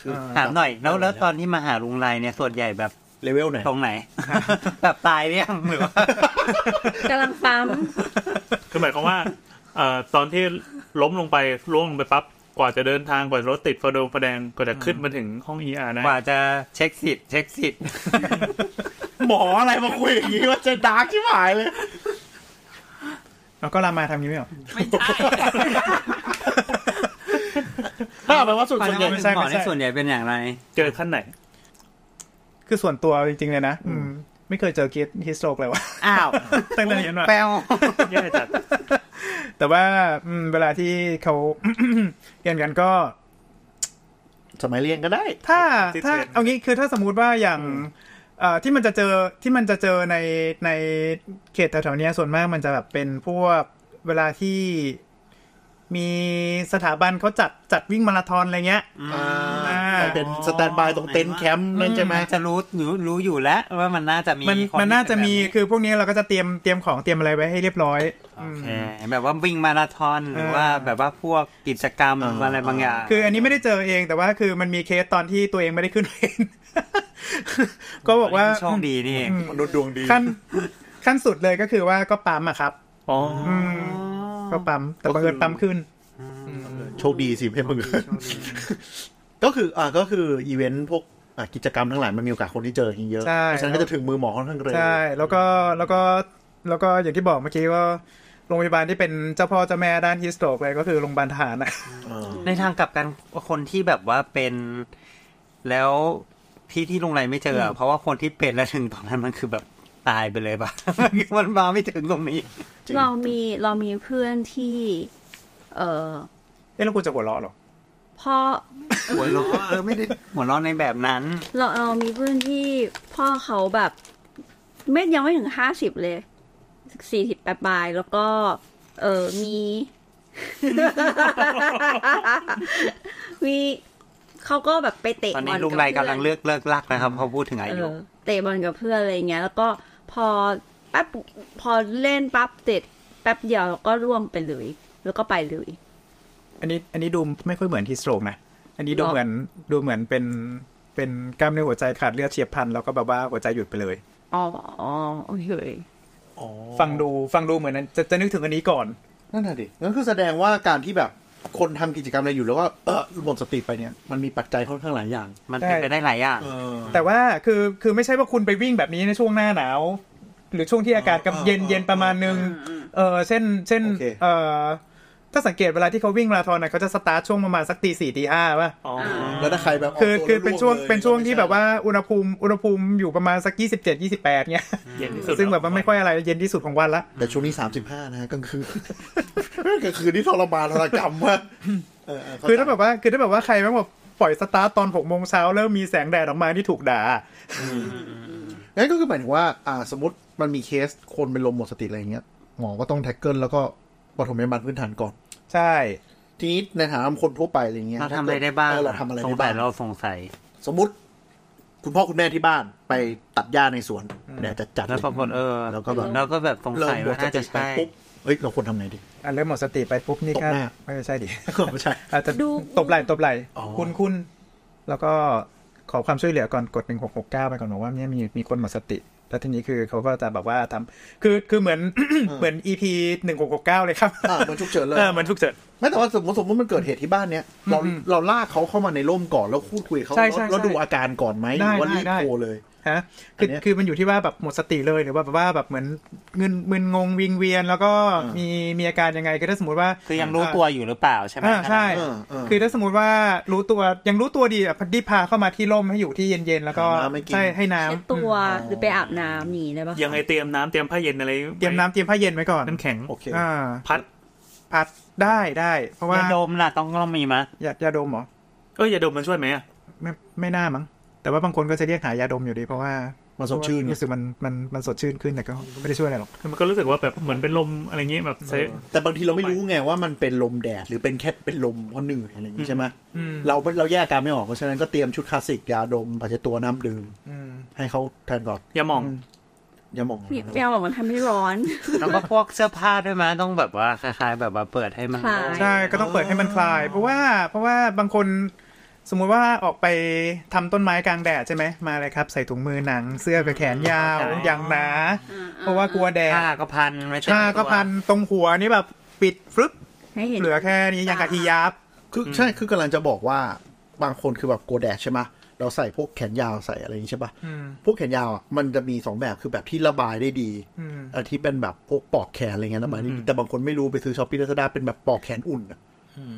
Speaker 6: คือ
Speaker 4: อ่
Speaker 3: ถามหน่อยแล้วแล้วตอนที่มาหาลุงไรเนี่ยส่วนใหญ่แบบ
Speaker 6: เลเวลไหน
Speaker 3: ต รงไหน แบบตายเรี่ยงหรือว่า
Speaker 5: กำลังปั๊ม
Speaker 7: คือหมายความว่าเอ่อตอนที่ล้มลงไปล่วงลงไปปั๊บกว่าจะเดินทางกว่ารถติดฟดงฟแดงกว่าจะขึ้นมาถึงห้องเออาร์นะ
Speaker 3: กว่าจะเช็คสิทธิ์เช็คสิทธิ์
Speaker 6: หมออะไรมาคุยอย่างนี้ว่าจะดาร์กที่หายเลย
Speaker 4: แล้วก็รามาทำนี้ไม่หรอ
Speaker 3: ไม่ใช่
Speaker 6: ถ้าเอาไปว่าสุด
Speaker 3: ส่
Speaker 6: ส่
Speaker 3: ว
Speaker 6: วน น
Speaker 3: ให
Speaker 6: ให
Speaker 3: ญ่
Speaker 6: ญ่
Speaker 4: ไม่
Speaker 3: เป็น
Speaker 4: ใช่
Speaker 3: หมอ
Speaker 4: ไม่ใช่
Speaker 3: ที่ส่วนใหญ่เป็นอย่างไร
Speaker 7: เจอขั้นไหน
Speaker 4: คือส่วนตัวจริงๆเลยนะอืมไม่เคยเจอเกสฮิสโตรกเลยวะ
Speaker 3: อ้ าว
Speaker 4: ตั้งแต่เรียนมา
Speaker 3: แปลว
Speaker 7: แย่จัด
Speaker 4: แต่ว่าอืมเวลาที่เขา เรียนกันก็
Speaker 6: สมัยเรียนก็ได้
Speaker 4: ถ้า
Speaker 7: ที่
Speaker 4: ถ้า
Speaker 7: เทรน
Speaker 4: เอางี้คือถ้าสมมุติว่าอย่างเอ่อที่มันจะเจอที่มันจะเจอในในเขตแถวๆเนี้ยส่วนมากมันจะแบบเป็นพวกเวลาที่มีสถาบันเขาจัดจัดวิ่งมาราธอนอะไรเงี้ย
Speaker 6: อ่า
Speaker 4: อ่า
Speaker 6: ไปเป็นสแตนบายตรงเต็นท์แคมป์นั่นใช่ไหม
Speaker 3: จะรู้อยู่รู้อยู่แล้วว่ามันน่าจะมี
Speaker 4: มัน
Speaker 3: คที่
Speaker 4: มันน่าจะมี
Speaker 3: เป็
Speaker 4: คือพวกนี้เราก็จะเตรียมเตรียมของเตรียมอะไรไว้ให้เรียบร้อย
Speaker 3: นแบบนี้โอเคแบบว่าวิ่งมาราธอนหรือว่าแบบว่าพวกกิจกรรม
Speaker 6: อ่า
Speaker 3: อะไรบางอย่าง
Speaker 4: คืออันนี้ไม่ได้เจอเองแต่ว่าคือมันมีเคสตอนที่ตัวเองไม่ได้ขึ้นเวร ก็บอกว่า
Speaker 3: โชคดีนี่เอง
Speaker 6: มนุษย์ดวงดี
Speaker 4: ขั้นขั้นสุดเลยก็คือว่าก็ปั๊มอะครับ
Speaker 7: อ๋อ
Speaker 4: อืมก็ปั๊มแต่บังเอิญปั๊มขึ้น
Speaker 6: โชคดีสิเพื่อนมึงก็คืออ่าก็คืออีเวนต์พวกอ่ะกิจกรรมทั้งหลายมันมีโอกาสคนที่เจออย่างเยอะ
Speaker 4: ใช่
Speaker 6: เพราะฉะนั้นก็จะถึงมือหมอค่อนข้างเร็ว
Speaker 4: ใช่ แล้วก็แล้วก็แล้วก็อย่างที่บอกเมื่อกี้ว่าโรงพยาบาลที่เป็นเจ้าพ่อเจ้าแม่ด้านฮิสโตรกเลยก็คือโรงพยาบาลทหารอะ
Speaker 3: ในทางกลับกันคนที่แบบว่าเป็นแล้วที่ที่ลงไรไม่เจออะเพราะว่าคนที่เป็นแล้วถึงตอนนั้นมันคือแบบตายไปเลยปะ มันมาไม่ถึงตรงนี้
Speaker 6: จริง
Speaker 5: เรามีเรามีเพื่อนที่ เออ
Speaker 4: เอ๊ะแล้วกูจะหัวเราะเหรอ
Speaker 5: พ่อ
Speaker 3: หัวเราะเออไม่ได้หัวเราะในแบบนั้น
Speaker 5: เราเรามีเพื่อนที่พ่อเขาแบบไม่ยังไม่ถึงห้าสิบเลยสี่สิบปลายๆแล้วก็ เออมี มีเขาก็แบบไปเตะ
Speaker 3: ตอน
Speaker 5: บ
Speaker 3: นี้
Speaker 5: อล
Speaker 3: ลุง
Speaker 5: บ
Speaker 3: ไร
Speaker 5: เพื่
Speaker 3: กำลัง
Speaker 5: น
Speaker 3: เลือกเลิกลักนะครับพอพูดถึงอา
Speaker 5: เอ
Speaker 3: ยุ
Speaker 5: อเตะบอลกับเพื่อนอะไรเงี้ย แล้วก็พอแป๊บพอเล่นปั๊บเสร็จแป๊บเดียวแล้วก็ร่วงไปเลย แล้วก็ไปเลย
Speaker 4: อันนี้อันนี้ดูไม่ค่อยเหมือนฮิสโตรกนะ อันนี้ดู
Speaker 5: หรอ
Speaker 4: เหมือนดูเหมือนเป็นเป็นกล้ามเนื้อหัวใจขาดเลือดเฉียบพลันแล้วก็แบบว่าหัวใจหยุดไปเลย
Speaker 5: อ๋ออ๋อโอเค
Speaker 6: อ๋อ
Speaker 4: ฟังดูฟังดูเหมือนนั้นจะจะนึกถึงอันนี้ก่อน
Speaker 6: นั่นแหะดิงั้นคือแสดงว่าการที่แบบคนทำกิจกรรมอะไรอยู่แล้วก็เออหมดสติไปเนี่ย มันมีปัจจัยค่อนข้างหลายอย่าง
Speaker 3: มันเป็นไปได้หลายอย่าง
Speaker 4: แต่ว่าคือคือไม่ใช่ว่าคุณไปวิ่งแบบนี้ในช่วงหน้าหนาว หรือช่วงที่อากาศกับเย็นเย็นประมาณนึงเออเช่น เช่น
Speaker 6: โอเค
Speaker 4: เออถ้าสังเกตเวลาที่เขาวิ่งมาราธอนนะเขาจะสตาร์ทช่วงประมาณสักตีสี่ตีห้าป่ะ
Speaker 7: อ๋อ
Speaker 6: แล้วถ้าใครแบบก
Speaker 4: คือ
Speaker 6: ตัว
Speaker 4: คือเป็นช่วง
Speaker 6: ลย
Speaker 4: เป็นช่วงที่แบบว่าอุณหภูมิอุณหภูมิอยู่ประมาณสักยี่สิบเจ็ดยี่สิบแปดเงี้ย
Speaker 7: เย็นที่สุด
Speaker 4: ซึ่งแบบว่าไม่ค่อยอะไรเย็นที่สุดของวันละ
Speaker 6: แต่ช่วงนี้สามสิบห้านะฮะกลางคืน กลางคืนที่ทรมานทรกรรม มากเเเข้ใจ
Speaker 4: คือถ้าแบบว่าคือถ้าแบบว่าใครแม่งแบบปล่อยสตาร์ทตอนหกโมงเช้าเริ่มมีแสงแดดออกมาที่ถูกด่า
Speaker 6: งั้นก็คือหมายถึงว่า อ่าสมมติมันมีเคสคนเป็นลมหมดสติอะไรอย่างเงี้ยหมอก็ต้องแท็กเกิลแล้วก็ปฐมพยาบาลพื้นฐานก่อน
Speaker 4: ใช่
Speaker 6: ทีนี้ในฐานะคนทั่วไปอะไรอย่างเงี้ย
Speaker 3: เราทำอะไรได้บ้าง
Speaker 6: เออเราทำอะไร
Speaker 3: สงสั
Speaker 6: ได้บ้าย ง
Speaker 3: เราสงสัย
Speaker 6: สมมติ คุณพ่อคุณแม่ที่บ้านไปตัดหญ้าในสวนเนี่ยจะจัด
Speaker 3: แล้วปรากฏเออ
Speaker 6: แล้วก็แบบ
Speaker 3: เราก็แบบสง
Speaker 6: เริ่ม
Speaker 3: สัย
Speaker 6: หมด
Speaker 3: ว่า
Speaker 6: ส
Speaker 3: น่า
Speaker 6: ติ
Speaker 3: จะ
Speaker 6: ไป
Speaker 3: ใช่
Speaker 6: ปุ๊บเฮ้ย เราควรทำไงดี
Speaker 4: อันเริ่มหมดสติไปปุ๊บนี่ก็
Speaker 6: ตบหน้า
Speaker 4: ไม่ใช่ดิ
Speaker 6: ไม่ใช่
Speaker 4: อาจจะ
Speaker 5: ดู
Speaker 4: ตบไหล่ตบไหล่
Speaker 6: อ๋อ
Speaker 4: คุณคุณแล้วก็ขอความช่วยเหลือก่อนกดหนึ่งหกหกเก้าไปก่อนบอกว่าเนี่ยมีมีคนหมดสติ แล้วทีนี้คือเขาก็จะแบบว่าทำคือคือเหมือน เหมือน EP หนึ่งหกหกเก้าเลยครับ
Speaker 6: อ่ามันฉุกเฉินเลย
Speaker 4: เออเหมือนทุกเจอ
Speaker 6: ไม่แต่ว่าสมมติสมมติมันเกิดเหตุที่บ้านเนี้ยเราเราลากเขาเข้ามาในร่มก่อนแล้วพูดคุยกับเขา
Speaker 4: ใช่ใช่
Speaker 6: แล้วแล้ว
Speaker 4: ใช่
Speaker 6: ดูอาการก่อนไหมห
Speaker 4: ได้
Speaker 6: รือว่ารีบ
Speaker 4: ได้ได้
Speaker 6: โทรเลย
Speaker 4: ฮะคือ
Speaker 6: อันเนี้ย
Speaker 4: คือมันอยู่ที่ว่าแบบหมดสติเลยหรือว่าแบบว่าแบบเหมือนเงินมึนงงวิงเวียน แล้วก็
Speaker 6: อ่ามี
Speaker 4: มีมีอาการยังไงก็ถ้าสมมติว่า
Speaker 1: คือยังรู้ตัวอยู่หรือเปล่าใช่ไหม
Speaker 4: อ่าใช่
Speaker 6: เออเออ
Speaker 4: คือถ้าสมมติว่ารู้ตัวยังรู้ตัวดีอ่ะพอดีพาเข้ามาที่ร่มให้อยู่ที่เย็นๆแล้วก็
Speaker 6: หาน้ำให้กิน
Speaker 4: ใช่ให้น้ำ
Speaker 5: เช็ดตัวหรือไปอาบน้ำหนีได้ปะคะ
Speaker 7: ยังไงเตรียมน้ำเตรียมผ้าเย็นอะไร
Speaker 4: เตรียมน้ำเตรียมผ้าเย็นไว้ก่อน
Speaker 7: น้ำแข็ง
Speaker 6: โอเค
Speaker 4: อ่า
Speaker 7: พัด
Speaker 4: พัดได้ได้เพราะว่า
Speaker 1: ว่าโดมล่ะต้องต้องมีมะ
Speaker 4: ยายาดมเหรอ
Speaker 7: เอ้ยอย่าดมมันช่วยไหมอะ
Speaker 4: ไม่ไม่น่ามั้งแต่ว่าบางคนก็จะเรียกหายาดมอยู่ดีเพราะว่า
Speaker 6: มันสดชื่นไง
Speaker 4: รู้สึกมันมันมันสดชื่นขึ้นแต่ก็ไม่ได้ช่วยอะไรหรอก
Speaker 7: คือมันก็รู้สึกว่าแบบเหมือนเป็นลมอะไรอย่างงี้แบบเซฟ
Speaker 6: แต่บางทีเราไม่รู้ไงว่ามันเป็นลมแดดหรือเป็นแค่เป็นลมเพราะเหนื่อยอะไรอย่าง
Speaker 7: อื
Speaker 6: นี้
Speaker 7: ม
Speaker 6: ใช่ไหม
Speaker 4: อืม
Speaker 6: เราเราแยกอาการไม่ออกเพราะฉะนั้นก็เตรียมชุดคลาสสิกยาดมผ้าเช็ดตัวน้ำดื่ม
Speaker 4: อืม
Speaker 6: ให้เขาแทนก่อน
Speaker 7: อย่ามอง
Speaker 6: อย่ามอง
Speaker 5: นี่ไม่เอาแบบมันทำให้ร้อน
Speaker 1: แล้วก็พวกเสื้อผ้าด้วยมะต้องแบบว่าคล้ายๆ แบบว่าเปิดให้มัน
Speaker 5: คลาย
Speaker 4: ใช่ก็ต้องเปิดให้มันคลาย เพราะว่าเพราะว่าบางคนสมมุติว่าออกไปทำต้นไม้กลางแดดใช่ไหมมาเลยครับ ใส่ถุงมือหนัง เสื้อไปแขนยาวอย่างหนา เพราะว่ากลัวแดด
Speaker 1: ผ้าก็พันไม่ใช่
Speaker 4: ผ้าก็พันตรงหัวนี่แบบปิดฟึบ
Speaker 5: ให้เห็น
Speaker 4: เหลือแค่นี้ยังกะทียับ
Speaker 6: คือใช่คือกำลังจะบอกว่าบางคนคือแบบกลัวแดดใช่ไหมเราใส่พวกแขนยาวใส่อะไรอย่างนี้ใช่ปะ
Speaker 4: อืม
Speaker 6: พวกแขนยาวอ่ะมันจะมีสองแบบคือแบบที่ระบายได้ดี
Speaker 4: อืม
Speaker 6: อันที่เป็นแบบพวกปอกแขนอะไรเงี้ยระบายได้ดีแต่บางคนไม่รู้ไปซื้อช้อปปี้ลาซาด้าเป็นแบบปอกแขนอุ่นอะ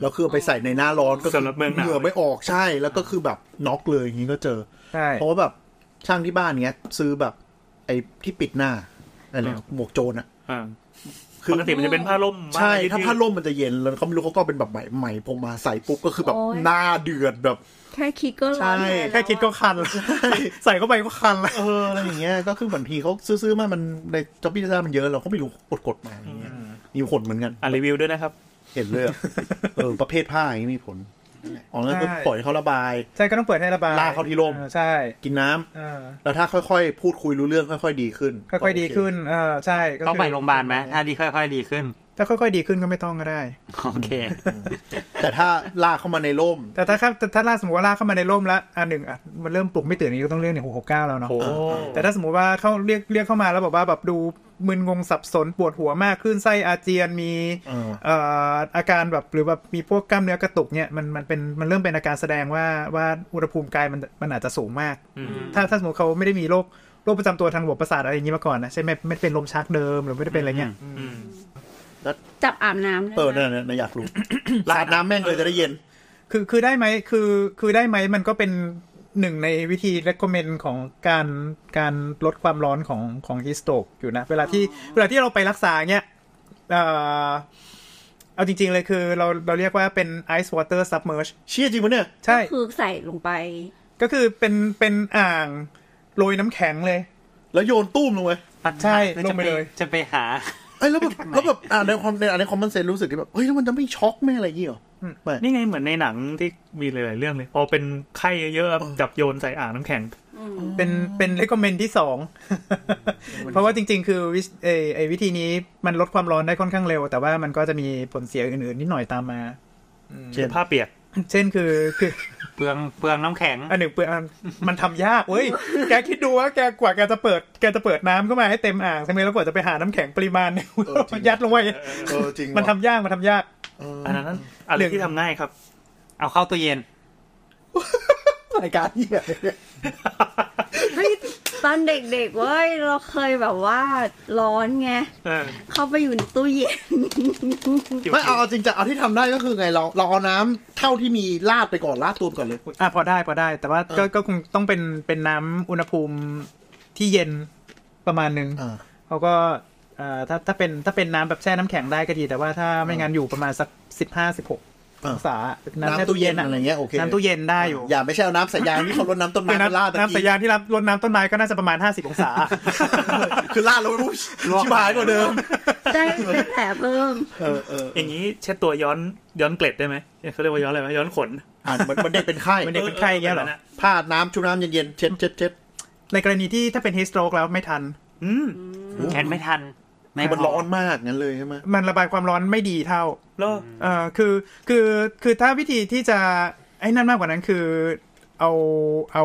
Speaker 6: แล้วคือเอาไปใส่ในหน้าร้อนก็คื
Speaker 7: สำหรับเมืองหนาว
Speaker 6: งื่อไม่ออกใช่แล้วก็คือแบบน็อกเลยอย่างนี้ก็เจอ
Speaker 4: ใช่
Speaker 6: เพราะว่าแบบช่างที่บ้านเงี้ย ซื้อแบบ ไอ้ที่ปิดหน้าอะไรนะหมวกโจรอะ
Speaker 7: อ่า
Speaker 6: คือ
Speaker 7: ปกติมันจะเป็นผ้าล่ม
Speaker 6: ใช่
Speaker 7: บ้ง
Speaker 6: ถ้าผ้าล่มมันจะเย็นแล้วเขาไม่รู้เขาก็เป็นแบบใหม่ใหม่ผมมาใส่ปุ๊บก็คือแบบ
Speaker 5: โอ้ย
Speaker 6: หน้าเดือดแบบ
Speaker 5: แค่คิดก็ร้อน
Speaker 6: ใช่
Speaker 5: ทนล้ว
Speaker 4: แค่คิดก็คันแล้ว ใส่เข้าไปก็คันแล้ว
Speaker 6: เอออะไรอย่างเงี้ยก็คือบางทีเขาซื้อๆมามันในจ็อบบี้ซ่ามันเยอะเราก็ไม่รู้กฎกฎมาอย่างเงี้ยมีผลเหมือนกัน
Speaker 7: อ่ารีวิวด้วยนะครับ
Speaker 6: เห็น เลยอะเออประเภทผ้าอย่างนี้มีผลอ๋อแล้วก็ปล่อยให้เขาระบาย
Speaker 4: ใช่ก็ต้องเปิดให้ระบาย
Speaker 6: ลากเข้าที่ร่ม
Speaker 4: ออใช่
Speaker 6: กินน้ำ
Speaker 4: เออ
Speaker 6: แล้วถ้าค่อยๆ พูดคุยรู้เรื่องค่อย ๆ ดีขึ้น
Speaker 4: ค่อยๆดีขึ้นเออใช่ก็คื
Speaker 1: ต้องไปโรงพยาบาลไหมถ้าดีค่อยๆดีขึ้น
Speaker 4: ถ้าค่อยๆดีขึ้นก็ไม่ต้องก็ได้
Speaker 1: โอเค
Speaker 6: แต่ถ้าลากเข้ามาในร่ม
Speaker 4: แต่ถ้าครับแต่ถ้าล่าสมมติว่าล่ากเข้ามาในร่มแล้วอันหนึ่งอ่ะมันเริ่มปลุกไม่ตื่นนี่ก็ต้องเรียกหนึ่งหกหกเก้าแล้วเนาะแต่ถ้าสมมติว่าเข้าเรียกเรียกเข้ามาแล้วบอกว่าแบบดูมึนงงสับสนปวดหัวมากขึ้นไส้อาเจียนมี
Speaker 6: เออ
Speaker 4: เอ่ออาการแบบหรือแบบมีพวกกล้ามเนื้อกระตุกเนี่ยมันมันเป็นมันเริ่มเป็นอาการแสดงว่าว่าอุณหภูมิกายมันมันอาจจะสูงมาก ถ้าถ้าสมมติเขาไม่ได้มีโรคโรคประจำตัวทางระบบประสาทอะไรอย่างนี้มาก่อนนะใช่ไหมไม่ได้เป็นลมชักเดิมหรือไม่ได้เป็นอะไรเงี้ย
Speaker 7: อืม
Speaker 5: จับอาบน้ำได้ไหม
Speaker 6: เออนั่นนะอยาก รู้ ลาดน้ำแม่งเลยจะได้เย็น
Speaker 4: คือคือได้ไหมคือคือได้ไหมมันก็เป็นหนึ่งในวิธี recommend ของการการลดความร้อนของของ heat stroke อยู่นะ เวลาที่เวลาที่เราไปรักษาเนี้ยเอ่อเอาจริง ๆ เลยคือเราเราเรียกว่าเป็น ice water submerge
Speaker 6: เชี่ยจริงปะเนี่ย
Speaker 4: ใช่
Speaker 5: ก็คือใส่ลงไป
Speaker 4: ก็คือเป็นเป็นอ่างโรยน้ำแข็งเลย
Speaker 6: แล้วโยนตุ้มลงไป
Speaker 4: ใช่ลงไปเลย
Speaker 1: จะไปหา
Speaker 6: ไอ้ยแล้วแบบแล้วแบบอ่านในความในอ่านในคอมเมนต์เซนรู้สึกที่แบบ เฮ้ยแล้วมันจะไม่ช็อกไม่อะไรอย่างงี้เหรอไม่
Speaker 7: นี่ไงเหมือนในหนังที่มีหลาย ๆ เรื่องเลย พอเป็นไข้เยอะๆจับโยนใส่อ่างน้ำแข็ง
Speaker 4: เป็นเป็น recommend ที่สอง เพราะว่าจริง ๆ คือวิเออไอวิธีนี้มันลดความร้อนได้ค่อนข้างเร็ว แต่ว่ามันก็จะมีผลเสียอื่นๆนิดหน่อยตามมา
Speaker 6: เช่น
Speaker 7: ผ้าเปียก
Speaker 4: เช่นคือคือ
Speaker 1: เปลืองเปลืองน้ำแข็ง
Speaker 4: อันหนึ่งเปลือกอันมันทำยากเว้ย แกคิดดูว่าแกกว่าแกจะเปิดแกจะเปิดน้ำเข้ามาให้เต็มอ่างใช่ไหมแล้วกว่าจะไปหาน้ำแข็งปริมาณ เนี่ยยัดลงไป
Speaker 6: เออจริง
Speaker 4: มันทำยากมันทำยาก
Speaker 6: เออ
Speaker 7: อันนั้นอะไรที่ทำง่ายครับ
Speaker 1: เอาเข้าตู้เย็น
Speaker 6: รายการเหีย
Speaker 5: เฮ้ยตอนเด็กๆเว้ยเราเคยแบบว่าร้อนไง
Speaker 7: เออ
Speaker 5: เข้าไปอยู่ในตู้เย็น
Speaker 6: ไม่เอาเอาจริงจะเอาที่ทำได้ก็คือไงเราเราเอาน้ำเท่าที่มีลาดไปก่อนลาดตัวไปก่อนเลย
Speaker 4: อ่ะพอได้พอได้ แต่ว่าก็ก็คงต้องเป็นเป็นน้ำอุณหภูมิที่เย็นประมาณหนึ่ง
Speaker 6: อ่า
Speaker 4: เขาก็เอ่อถ้าถ้าเป็นถ้าเป็นน้ำแบบแช่น้ำแข็งได้ก็ดี แต่ว่าถ้าไม่งั้นอยู่ประมาณสักสิบห้าสิบหกองศา
Speaker 6: น้ำ
Speaker 4: แช่
Speaker 6: ตู้เย็นอะไรเงี้ยโอเค
Speaker 4: น้ำตู้เย็นได้อยู่
Speaker 6: อย่าไม่ใช่เอาน้ำสายยางที่เขารดน้ำต้นไม้
Speaker 4: คือ
Speaker 6: ไปลาด
Speaker 4: น้ำ
Speaker 6: ตะ
Speaker 4: น้ำสาย
Speaker 6: กี้
Speaker 4: ยางที่รับรดน้ำต้นไม้ก็น่าจะประมาณห้าสิบองศา
Speaker 6: คือ ลาดลงไปปุ๊บ
Speaker 1: ลวก
Speaker 6: ชิบหายกว่าเดิม
Speaker 5: ได้เป็นแผลเพิ่ม
Speaker 6: เออเออ
Speaker 7: อย่างนี้เช็ดตัวย้อนย้อนเกล็ดได้ไหมเขาเรียกว่าย้อนอะไรไหมย้อนขน
Speaker 6: อ่านเหมือนเหมันเด็กเป็นไข้
Speaker 4: หมือ เด็กเป็นไข้อย่างเงี้ยเหรอ
Speaker 6: ผ้าน้ำชุบน้ำเย็นๆเช็ดเช็ดเช็ด
Speaker 4: ในกรณีที่ถ้าเป็น heat stroke แล้วไม่ทัน
Speaker 7: อืม
Speaker 1: แขนไม่ทันไม่
Speaker 6: มันร้อนมากงั้นเลยใช่ไหม
Speaker 4: มันระบายความร้อนไม่ดีเท่า
Speaker 7: แล้ว
Speaker 4: เอ่อ คือ คือ คือถ้าวิธีที่จะไอ้นั่นมากกว่านั้นคือ เอา เอา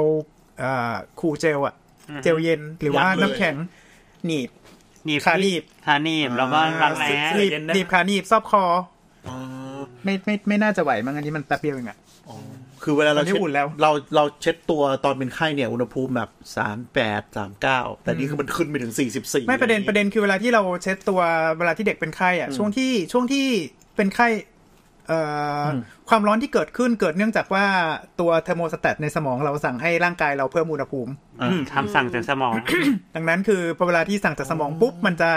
Speaker 4: เอ่อคูลเจลอะเจลเย็น หรือว่า
Speaker 6: ยัดเลย
Speaker 4: น้ำแข็ง หนีบ
Speaker 1: หนีบ
Speaker 4: ขาหนีบ
Speaker 1: ขาหนีบแล้วก็รัดแร้
Speaker 4: หนีบหนีบขาหนีบซอบคอ ไม่ ไม่ ไม่น่าจะไหวมั้งอันนี้มันแป๊บเดียวเองอะ
Speaker 6: คือเวลาเรา
Speaker 4: อันนี้
Speaker 6: เช็ด
Speaker 4: อุ่นแล้ว
Speaker 6: เราเราเช็ดตัวตอนเป็นไข้เนี่ยอุณหภูมิแบบสามแปดสามเก้าแต่นี่คือมันขึ้นไปถึงสี่สิบสี่
Speaker 4: ไม่ประเด็นประเด็นคือเวลาที่เราเช็ดตัวเวลาที่เด็กเป็นไข้อะช่วงที่ช่วงที่เป็นไข้เอ่ออความร้อนที่เกิดขึ้นเกิดเนื่องจากว่าตัวเทอร์โมสแตตในสมองเราสั่งให้ร่างกายเราเพิ่มอุณหภูมิ
Speaker 1: คำสั่งจากสมอง
Speaker 4: ดังนั้นคือพอเวลาที่สั่งจากสมองปุ๊บมันจะ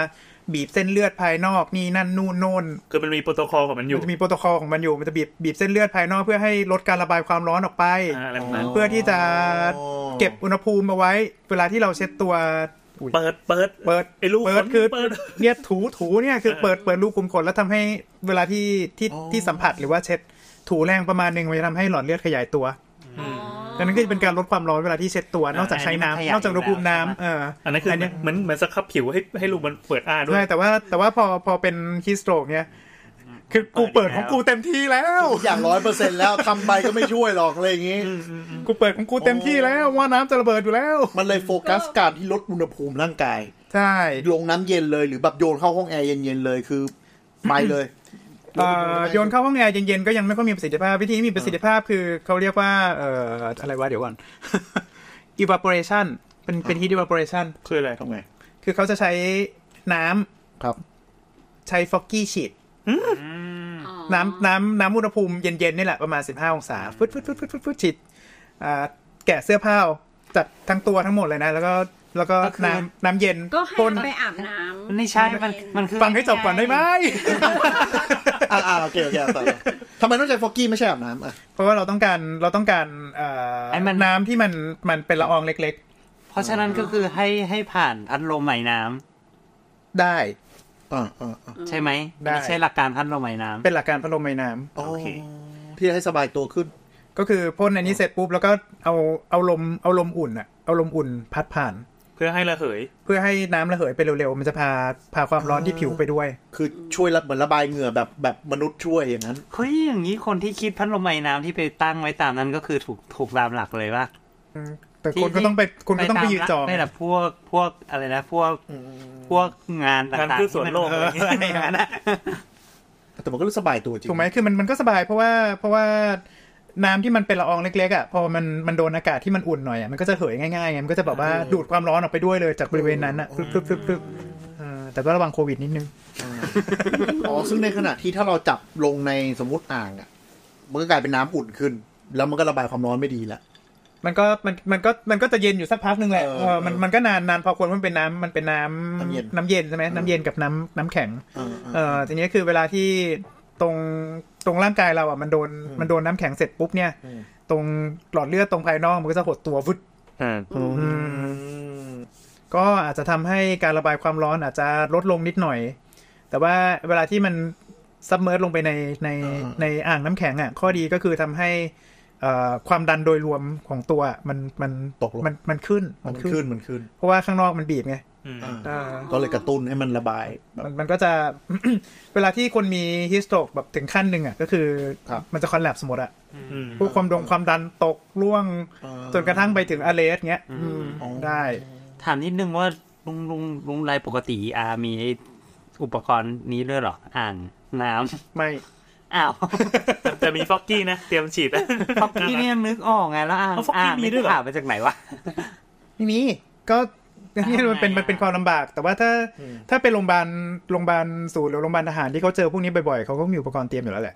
Speaker 4: บีบเส้นเลือดภายนอกนี่นั่นนู่นโน่น
Speaker 7: คือมันมีโปรโตคอลของมันอ
Speaker 4: มั
Speaker 7: ยู่
Speaker 4: นจะมีโปรโตคอลของมันอยู่มันจะบีบบีบเส้นเลือดภายนอกเพื่อให้ลดการระบายความร้อนออกไป
Speaker 7: อ่าอะไรประมาณนั้น
Speaker 4: เพื่อที่จะ
Speaker 6: อ๋อ
Speaker 4: เก็บอุณหภูมิเอาไว้ เวลาที่เราเช็ดตัวอุ๊ย
Speaker 7: เปิดเปิด
Speaker 4: เปิด
Speaker 7: ไอ้ลูก
Speaker 4: เปิด
Speaker 7: ขน
Speaker 4: คือ
Speaker 7: เปิด
Speaker 4: เนี่ยถูถูเนี่ยคือเปิดเปิดลูกคุมขนแล้วทำให้เวลาที่ที่ที่สัมผัสหรือว่าเช็ดถูแรงประมาณหนึ่งมันจะทำให้หลอดเลือดขยายตัวดังนั้นก็จะเป็นการลดความร้อนเวลาที่เช็ดตัว นอกจากใช้
Speaker 1: อันนี้มันขยาย
Speaker 4: น้ำนอกจากอุณหภูมิ
Speaker 1: อยู่แล้ว
Speaker 4: น้ำเออ
Speaker 7: อันนั้นคือเหมือนเหมือนเหมือนสครับผิวให้ให้ลูกมันเปิดอ้าด้วย
Speaker 4: ใช่แต่ว่าแต่ว่าพอพอเป็นฮีสโตรกเนี่ยคือกูเปิดของกูเต็มที่แล้ว
Speaker 6: อย่างร้อยเปอร์เซ็นต์แล้ว ทำไปก็ไม่ช่วยหรอกอะไรอย่างงี้
Speaker 4: กูเปิดของกูเต็มที่แล้วว่าน้ำจะระเบิดอยู่แล้ว
Speaker 6: มันเลยโฟกัสการที่ลดอุณหภูมิร่างกาย
Speaker 4: ใช่
Speaker 6: ลงน้ำเย็นเลยหรือแบบโยนเข้าห้องแอร์เย็นๆเลยคือไปเลย
Speaker 4: เอ่อโยนเข้าห้องแอร์เย็นๆก็ยังไม่ค่อยมีประสิทธิภาพวิธีที่มีประสิทธิภาพคือเขาเรียกว่าเอ่ออะไรวะเดี๋ยวก่อน evaporation เป็นเป็น heat evaporation
Speaker 7: คืออะไร
Speaker 6: ทำไง
Speaker 4: คือเขาจะใช้น้ำ
Speaker 6: ครับ
Speaker 4: ใช้ฟอกกี้ฉีด น้ำน้ำน้ำอุณหภูมิเย็นๆนี่แหละประมาณ 15 องศาฟึดฟึดฟึดฟึดฟึดฟึดฉีดอ่าแกะเสื้อผ้าออกจัดทั้งตัวทั้งหมดเลยนะ แล้วก็แล้วก็
Speaker 1: ก็คือ
Speaker 4: น้ำน้ำเย็น
Speaker 5: ก็ให้
Speaker 4: พ่น
Speaker 5: มันไปอาบน้ำ
Speaker 1: ไม่ใช่มันมันคือ
Speaker 4: ฟังให้จบก่อนได้ไหม
Speaker 6: อ่าโอเคโอเคต่อต่อ ทำไมต้องใช้ฟอกกี้ไม่ใช่อาบน้ำอ่ะ
Speaker 4: เพราะว่าเราต้องการเราต้องการเอ่อ
Speaker 1: ไอ้มัน
Speaker 4: น้ำที่มันมันเป็นละอองเล็ก ๆ
Speaker 1: เพราะฉะนั้นก็คือให้ให้ผ่านพัดลมไหมน้ำ
Speaker 4: ได้
Speaker 6: อ่าอ่าอ่า
Speaker 1: ใช่ไหม
Speaker 4: ได้
Speaker 1: ไม่ใช่หลักการพัดลมไหมน้ำ
Speaker 4: เป็นหลักการพัดลมไอ้น้ำ
Speaker 1: โอเค
Speaker 6: ที่จะให้สบายตัวขึ้น
Speaker 4: ก็คือพ่นอันนี้เสร็จปุ๊บแล้วก็เอาเอาลมเอาลมอุ่นอะเอาลมอุ่นพัดผ่าน
Speaker 7: เพื่อให้ระเหย
Speaker 4: เพื่อให้น้ำระเหยไปเร็วๆ มันจะพาพาความร้อนที่ผิวไปด้วย
Speaker 6: คือช่วยรับเหมือนระบายเหงื่อแบบแบบมนุษย์ช่วยอย่างนั้น
Speaker 1: เฮ้ยอย่างนี้คนที่คิดพัดลมไหมน้ำที่ไปตั้งไว้ตามนั้นก็คือถูกถูกตามหลักเลยว่า
Speaker 4: แต่
Speaker 1: ที่
Speaker 4: คนก็ต้องไปคนก็ต้องไป
Speaker 1: า
Speaker 4: ยืนจอง
Speaker 1: ไม่แบบพวกพวกอะไรนะ พวกพวกงานต่างๆ
Speaker 7: งานพืชสวนโลก
Speaker 1: ที่มัเอออะไรอย่างนั้นนะ
Speaker 6: แต่มันก็รู้สบายตัวจริง
Speaker 4: ถูกไหมคือมันมันก็สบายเพราะว่าเพราะว่าน้ำที่มันเป็นละอองเล็กๆอ่ะพอมันมันโดนอากาศที่มันอุ่นหน่อยอะมันก็จะเหยง่ายๆไงมันก็จะแบบว่าดูดความร้อนออกไปด้วยเลยจากบริเวณนั้นอ่ะฟึบฟึบฟึบฟึบเออแต่ก็ระวังโควิดนิดนึง
Speaker 6: อ๋อซึ่งในขณะที่ถ้าเราจับลงในสมมติอ่างอ่ะมันก็กลายเป็นน้ำอุ่นขึ้น แล้วมันก็ระบายความร้อนไม่ดีละ
Speaker 4: มันก็มันมันก็มันก็จะเย็นอยู่สักพักหนึ่งแหละ
Speaker 6: เออ
Speaker 4: เออมันมันก็นานนานพอควรมันเป็นน้ำมันเป็นน้ำ
Speaker 6: น้ำเย็น
Speaker 4: น้ำเย็นใช่ไหมน้ำเย็นกับน้ำน้ำแข็ง
Speaker 6: อ่าอ่า
Speaker 4: เออทีนี้คือเวลาที่ตรงตรงร่างกายเราอ่ะมันโดนมันโดนน้ำแข็งเสร็จปุ๊บเนี่ย
Speaker 6: อืม
Speaker 4: ตรงหลอดเลือดตรงภายนอกมันก็จะหดตัววุด
Speaker 7: อ่า
Speaker 4: ก็อาจจะทำให้การระบายความร้อนอาจจะลดลงนิดหน่อย แต่ว่าเวลาที่มันซับเมิร์ลงไปในในในอ่างน้ำแข็งอ่ะข้อดีก็คือทำให้เอ่อความดันโดยรวมของตัวอะมันมัน
Speaker 6: ตกลง
Speaker 4: มันมันขึ้น
Speaker 6: มันขึ้นมันขึ้น
Speaker 4: เพราะว่าข้างนอกมันบีบไง
Speaker 6: อ่า
Speaker 4: อ่า
Speaker 6: ก็เลยกระตุ้นให้มันระบายแบบ
Speaker 4: มันมันก็จะ เวลาที่คนมีฮิสโตรกแบบถึงขั้นหนึ่งอ่ะก็คือ
Speaker 6: ครับ
Speaker 4: มันจะคอนแลบสมมติอ่ะ
Speaker 7: อืม
Speaker 4: พวกความดงความดันตกร่วง จนกระทั่งไปถึงอะเลสเงี้ย
Speaker 6: อ๋อ
Speaker 4: ได้
Speaker 1: ถามนิดนึงว่าลุงลุงลุงไรปกติอามีไอ้อุปกรณ์นี้ด้วยเหรอ อ่างน้
Speaker 4: ไม่
Speaker 1: ำอ้าว
Speaker 7: แต่แต่มีฟอกกี้นะ เตรียมฉีด
Speaker 1: ฟอกกี้นี่ยังนึกออกไงแล้วอ่าง
Speaker 7: เอาฟอกกี้
Speaker 1: อ่าง
Speaker 7: มีด้วยเหรอ
Speaker 1: ผ่ามาจากไหนวะ
Speaker 4: ไม่มี ก็ นี่มันเป็น
Speaker 1: ทำไมอะ
Speaker 4: มันเป็นความลำบาก แต่ว่าถ้าถ้าเป็นโรงพยาบาลโรงพยาบาลศูนย์หรือโรงพยาบาลทหารที่เขาเจอพวกนี้บ่อยๆเขาก็มีอุปกรณ์เตรียมอยู่แล้วแหละ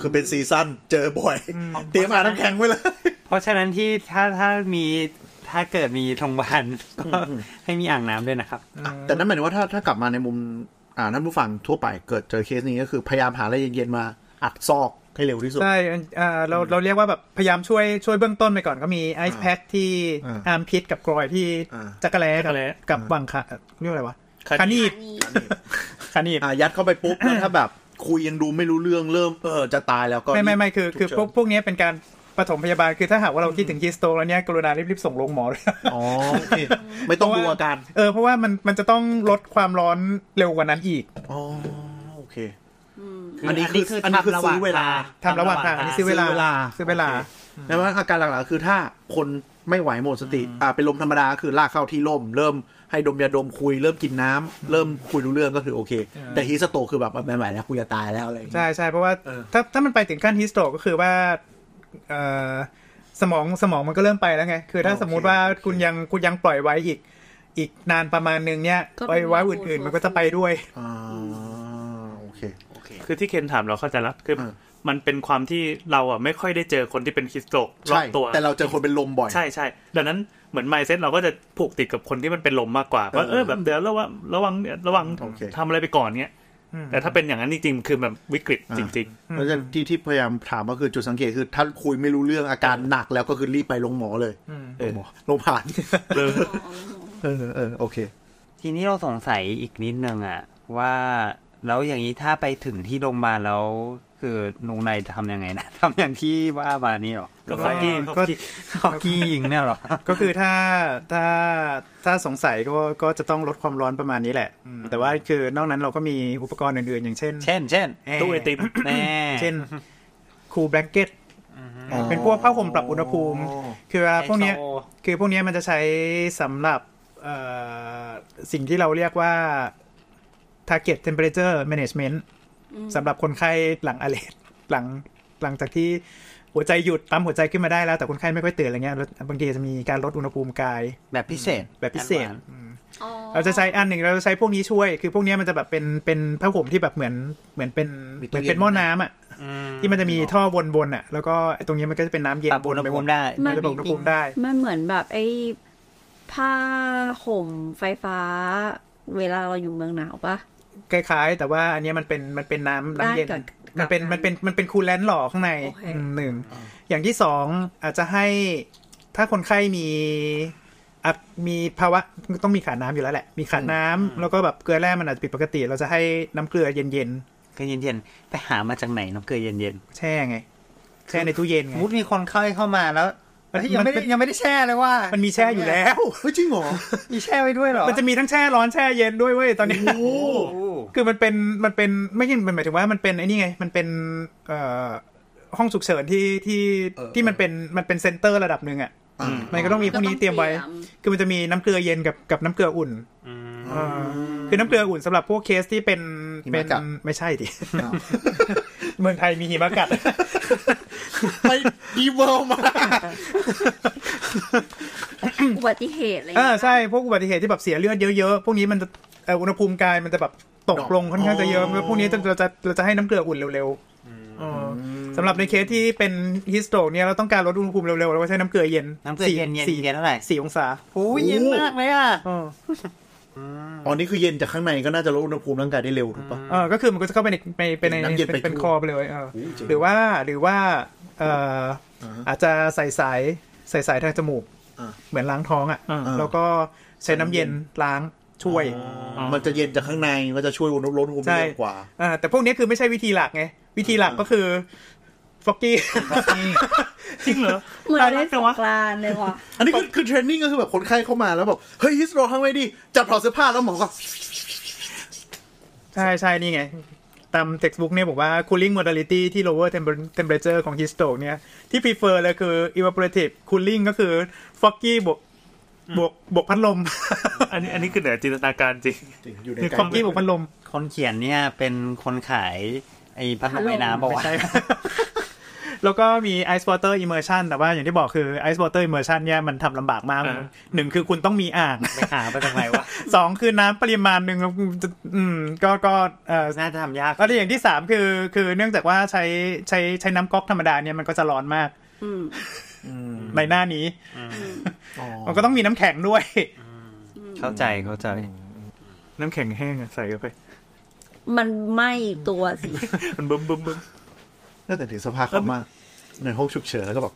Speaker 6: คือเป็นซีซั่นเจอบ่อย เตรียมอ่านน้ำแข็งไว้เลย
Speaker 1: เพราะฉะนั้นที่ถ้าถ้ามีถ้าเกิดมีโรงพยาบาล ก็ให้มีอ่างน้ำด้วยนะครับ
Speaker 6: อ่ะแต่นั่นหมายถึงว่าถ้าถ้ากลับมาในมุม อ่าท่านผู้ฟังทั่วไปเกิดเจอเคสนี้ก็คือพยายามหาอะไรเย็นๆมาอัดซอกให้เร็วที่สุด
Speaker 4: ใช่อ่าเราเราเรียกว่าแบบพยายามช่วยช่วยเบื้องต้นไปก่อนก็มีไอซ์แพคที่
Speaker 6: อ่า
Speaker 4: อาร์มพิษกับกรอยที่
Speaker 6: อ่า
Speaker 4: จักรแล้
Speaker 7: จั
Speaker 4: กับ
Speaker 7: กรแล้
Speaker 4: กับบังคะเรียกอะไรวะ
Speaker 7: คัน
Speaker 4: คานี
Speaker 7: นี้
Speaker 4: บ
Speaker 5: นี่
Speaker 4: คานีบ
Speaker 6: อ่ะยัดเข้าไปปุ๊บ แล้วถ้าแบบคุยยังดูไม่รู้เรื่องเริ่มเออจะตายแล้วก็
Speaker 4: ไม่ไม่ไม่คือคือ
Speaker 6: ฉุก
Speaker 4: พวนก
Speaker 6: เฉิ
Speaker 4: พวกนี้เป็นการปฐมพยาบาลคือถ้าหากว่าเราคิดถึงฮิสโตแล้วเนี้ยกรุณารีบๆส่งโรงหมอเลย
Speaker 6: อ๋อโอเคไม่ต้องดูอาการ
Speaker 4: เออเพราะว่ามันมันจะต้องลดความร้อนเร็วกว่านั้นอีก
Speaker 6: อ๋อโอเค
Speaker 1: อันนี้คือ
Speaker 6: อั
Speaker 1: อั
Speaker 6: นนี้คือซื้อเวลา
Speaker 4: ทำระหว่างทางอันนี้ซื้อเวลา
Speaker 6: ซื้อเวลา
Speaker 4: ซื้อเวลา
Speaker 6: แปลว่าอาการหลักๆคือถ้าคนไม่ไหวหมดสติ อ่าเป็นลมธรรมดาคือลากเข้าที่ร่ม เริ่มให้ดมยาดมคุย เริ่มกินน้ำเริ่มคุยรู้เรื่องก็คือโอเค แต่ฮีสโตรกคือแบบไม่ไหวแล้วกูจะตายแล้วอะไรอย่างเงี้ย
Speaker 4: ใช่ใช่เพราะว่า
Speaker 6: เออ
Speaker 4: ถ้าถ้ามันไปถึงขั้นฮิสโตรก็คือว่า เอ่อสมองสมองมันก็เริ่มไปแล้วไง คือถ้า
Speaker 6: โอเค
Speaker 4: สมมุติว่าคุณยังคุณยังปล่อยไว้อีก อีกนานประมาณหนึงเนี่ย
Speaker 5: ก็เป็น
Speaker 4: ไว้ไว้
Speaker 5: ว่า
Speaker 4: อื่น
Speaker 5: โอ้โห
Speaker 4: ๆ มันก็จะไปด้วย
Speaker 6: อ่าโอเค
Speaker 1: โอเค
Speaker 7: คือที่เคนถามเราเข้าใจละคืออา มันเป็นความที่เราอ่ะไม่ค่อยได้เจอคนที่เป็นฮิสโตรกรอ
Speaker 6: ใช่
Speaker 7: บตัว
Speaker 6: แต่เราเจอคนเป็นลมบ่อย
Speaker 7: ใช่ใช่ดังนั้นเหมือนไมเซ็ตเราก็จะผูกติดกับคนที่มันเป็นลมมากกว่าว่า
Speaker 6: เอ
Speaker 7: เอ
Speaker 6: อ
Speaker 7: อแบบเดี๋ยวระวังระวังระวัง
Speaker 6: โอเค
Speaker 7: ทำอะไรไปก่อนเงี้ย
Speaker 4: อืม
Speaker 7: แต่ถ้าเป็นอย่างนั้นจริงๆคือแบบวิกฤตจริง
Speaker 6: แล้วจะที่ที่พยายามถามก็คือจุดสังเกตคือถ้าคุยไม่รู้เรื่องอาการหนักแล้วก็คือรีบไปโรงหมอเลย
Speaker 7: เออ
Speaker 6: โรงหมอโรงพยาบาล
Speaker 7: ๆเลย
Speaker 6: เออเออโอเค
Speaker 1: ทีนี้เราสงสัยอีกนิดนึงอะว่าแล้วอย่างนี้ถ้าไปถึงที่โรงพยาบาลแล้ว คือลุงนายทำยังไงนะ ทำอย่างที่ว่ามานี่หรอ
Speaker 7: ก็ฟังกี้
Speaker 4: ก็
Speaker 7: ก็ขี้
Speaker 1: ฮอกกี้ยิงเนี่ย หรอ
Speaker 4: ก็คือถ้าถ้าถ้าสงสัยก็ก็จะต้องลดความร้อนประมาณนี้แหละอืมแต่ว่าคือนอกนั้นเราก็มีอุปกรณ์อื่นๆ อย่างเช่น
Speaker 1: เช่นเช่น
Speaker 4: แร์
Speaker 7: ตู้ไอติม
Speaker 1: แน่
Speaker 4: เช่นคูลแบงเก็ต
Speaker 6: อ๋อ
Speaker 4: เป็นพวกผ้าห่มปรับอุณหภูมิ คือเวลาพวกเนี้ย
Speaker 1: ไอ้โซ่
Speaker 4: คือพวกเนี้ยมันจะใช้สำหรับเอ่อสิ่งที่เราเรียกว่า target temperature management สำหรับคนไข้หลังอะเลดหลังหลังจากที่หัวใจหยุดปั๊มหัวใจขึ้นมาได้แล้วแต่คนไข้ไม่ค่อยตื่นอะไรเงี้ยแล้วบางทีจะมีการลดอุณหภูมิกาย
Speaker 1: แบบพิเศษ
Speaker 4: แบบพิเศษ
Speaker 1: อันหวาน
Speaker 4: เราจะใช้อันหนึ่งเราจะใช้พวกนี้ช่วย คือพวกเนี้ยมันจะแบบเป็นเป็นผ้าห่มที่แบบเหมือนเหมือนเป็น
Speaker 6: มี
Speaker 4: เหมื
Speaker 6: ตู้
Speaker 4: อน
Speaker 6: เย็น
Speaker 4: เป็นหม้อน้ำอ่ะ
Speaker 1: อื
Speaker 4: ที่มันจะมีท่อวนๆอ่ะแล้วก็ไอ้ตรงเนี้ยมันก็จะเป็นน้ำเย็น
Speaker 1: ปรับอุณห
Speaker 4: ไป
Speaker 1: ภู
Speaker 4: ว
Speaker 1: มิ
Speaker 4: น
Speaker 1: ได้
Speaker 5: มั
Speaker 4: มัน
Speaker 5: น
Speaker 4: จะปรับอุณหภูมิได้
Speaker 5: มันเหมือนแบบไอ้ผ้าห่มไฟฟ้า เวลาเราอยู่เมืองหนาวปะ
Speaker 4: คล้ายๆ แต่ว่าอันเนี้ยมันเป็นมันเป็นน้ำน้ำเย็น
Speaker 5: ได้กับ
Speaker 4: มันเป็นมันเป็นมันเป็นคูลแลนต์หล่อข้างใน
Speaker 5: โอเค
Speaker 4: อืมหนึ่งอย่างที่สองอาจจะให้ถ้าคนไข้มีอ่ะมีภาวะต้องมีขาดน้ำอยู่แล้วแหละ มีขาดน้ำแล้วก็แบบเกลือแร่มันอาจจะผิดปกติ เราจะให้น้ำเกลือเย็น
Speaker 1: ก็เย็นๆ ไปหามาจากไหนน้ำเกลือเย็น
Speaker 4: ๆแช่ไง แช่ในตู้เย็น
Speaker 1: ๆส
Speaker 4: ไง
Speaker 1: มมุติมีคนเข้าเข้ามาแล้ว
Speaker 4: มัน
Speaker 1: เฮ้ยยังไม่ได้ยังไม่ได้แช่เลยว่า
Speaker 4: มันมีแช่อยู่แล้ว
Speaker 6: เฮ้ยจริงเหรอ
Speaker 1: มีแช่ไว้ด้วยเหรอ
Speaker 4: มันจะมีทั้งแช่ร้อนแช่เย็นด้วยเว้ยตอนเนี้ย
Speaker 1: โอ้โห
Speaker 4: คือมันเป็นมันเป็นไม่ใช่มันหมายถึงว่ามันเป็นไอ้นี่ไง มันเป็นเอ่อห้องฉุกเฉินที่ที่
Speaker 6: เออ
Speaker 4: ที่มันเป็นมันเป็นเซ็นเตอร์ระดับหนึ่งอ่ะ
Speaker 6: อ่า
Speaker 4: มันก็ต้องมีพวกนี้เตรียมไว้
Speaker 5: ก็ต้องเตรียม
Speaker 4: คือมันจะมีน้ำเกลือเย็นกับกับน้ำเกลืออุ่นเออคือน้ำเกลืออุ่นสำหรับพวกเคสที่เป็นเป็นไม่ใช่ดิ
Speaker 6: อ้าว
Speaker 4: เมืองไทยมีหิมะกัด
Speaker 6: ไปดีเวิลด์มา
Speaker 5: อุบัติเหตุอะไรย่าง
Speaker 4: อ่า
Speaker 5: เงี้ย
Speaker 4: ใช่พวกอุบัติเหตุที่แบบเสียเลือดเยอะๆ พวกนี้มันจะเอ่ออุณหภูมิกายมันจะแบบตกลงค่อนข้างจะเยอะ
Speaker 6: อ๋อ
Speaker 4: แล้วพวกนี้จะเราจะเราจะให้น้ำเกลืออุ่นเร็วๆเออสำหรับในเคสที่เป็นฮิสโตรกเนี่ยเราต้องการลดอุณหภูมิเร็วๆเราก็ใช้น้ำเกลือเย็น
Speaker 1: น้ำเกลือเย็นเย็น
Speaker 4: สี่
Speaker 1: เย็นเท่าไหร่
Speaker 4: สี่องศา
Speaker 1: โอ้ยเย็นมากเลยอ่ะ
Speaker 4: เออ
Speaker 6: อ๋อนี่คือเย็นจากข้างในก็น่าจะลดอุณหภูมิร่างกายได้เร็วถูกปะ
Speaker 4: เออก็คือมันก็จะเข้าไปในไปไปใน
Speaker 6: น้ำเย็นไป
Speaker 4: เป็นเป็น
Speaker 6: ทั่
Speaker 4: ค
Speaker 6: ว
Speaker 4: อไปเลยเออ
Speaker 6: โอ้เจ๋ง
Speaker 4: หรือว่าหรือว่าเอ่ออา
Speaker 6: ฮะ
Speaker 4: อาจจะใส่สายใส่สายทางจมูก
Speaker 6: อ่า
Speaker 4: เหมือนล้างท้องอ่ะ
Speaker 7: อ่า
Speaker 4: แล้วก็ใช้น้ำเย็นล้างช่วย
Speaker 6: มันจะเย็นจากข้างในก็จะช่วยลดอุณหภูมิได้เร็วกว่า
Speaker 4: อ่าแต่พวกนี้คือไม่ใช่วิธีหลักไง วิธีหลักก็คือฟอกกี้
Speaker 7: จริงเหรอ
Speaker 5: เหมือน
Speaker 7: น่ารั
Speaker 5: เล่
Speaker 7: ก
Speaker 5: นส
Speaker 7: จัง
Speaker 5: ง
Speaker 7: วะ
Speaker 5: กรานต์เลยว่ะ
Speaker 6: อันนี้คือคือเทรนนิ่งก็คือแบบคนไข้เข้ามาแล้วแบบเฮ้ยฮิสโตรทำไงดี จับถอดเสื้อผ้าแล้วหมอก็
Speaker 4: ใช่ใช่นี่ไง ตาม textbook เนี่ยบอกว่า cooling modality ที่ lower temper- temperature ของ heat stroke เนี่ย ที่ prefer เลยคือ evaporative cooling ก็คือ foggy บวกบวกบวกพัดล ม
Speaker 7: อันนี้อันนี้คือเหนือจินตนาการจริง
Speaker 6: อยู่ใน
Speaker 4: คือ
Speaker 6: กา
Speaker 4: foggy บวกพัดลม
Speaker 1: คนเขียนเนี่ยเป็นคนขายไอ้พัดลมไอ้น้ำบอกว่า
Speaker 4: ใช่ แล้วก็มี ice water immersion แต่ว่าอย่างที่บอกคือ ice water immersion เนี่ยมันทำลำบากมาก
Speaker 7: อ่า
Speaker 4: หนึ่งคือคุณต้องมีอ่าง
Speaker 1: ไปหามาจากไหนวะ
Speaker 4: สองคือน้ำปริมาณหนึ่งอืมก็ก็เอ่อ
Speaker 1: น่าจะทำยาก
Speaker 4: แล้วอย่างที่สามคือคือเนื่องจากว่าใช้ใช้ใช้น้ำก๊อกธรรมดาเนี่ยมันก็จะร้อนมาก
Speaker 5: อืม
Speaker 4: ในหน้านี้ มันก็ต้องมีน้ำแข็งด้วย
Speaker 1: เข้าใจเข้าใจ
Speaker 7: น้ำแข็งแห้งอะใส่เข้าไป
Speaker 5: มันไหม้ตัวสิ
Speaker 7: มันบึ้มบึ้มบึ้ม
Speaker 6: น่าแต่ถึงสภาพเขามากในห้องฉุกเฉินแล้วก็แบบ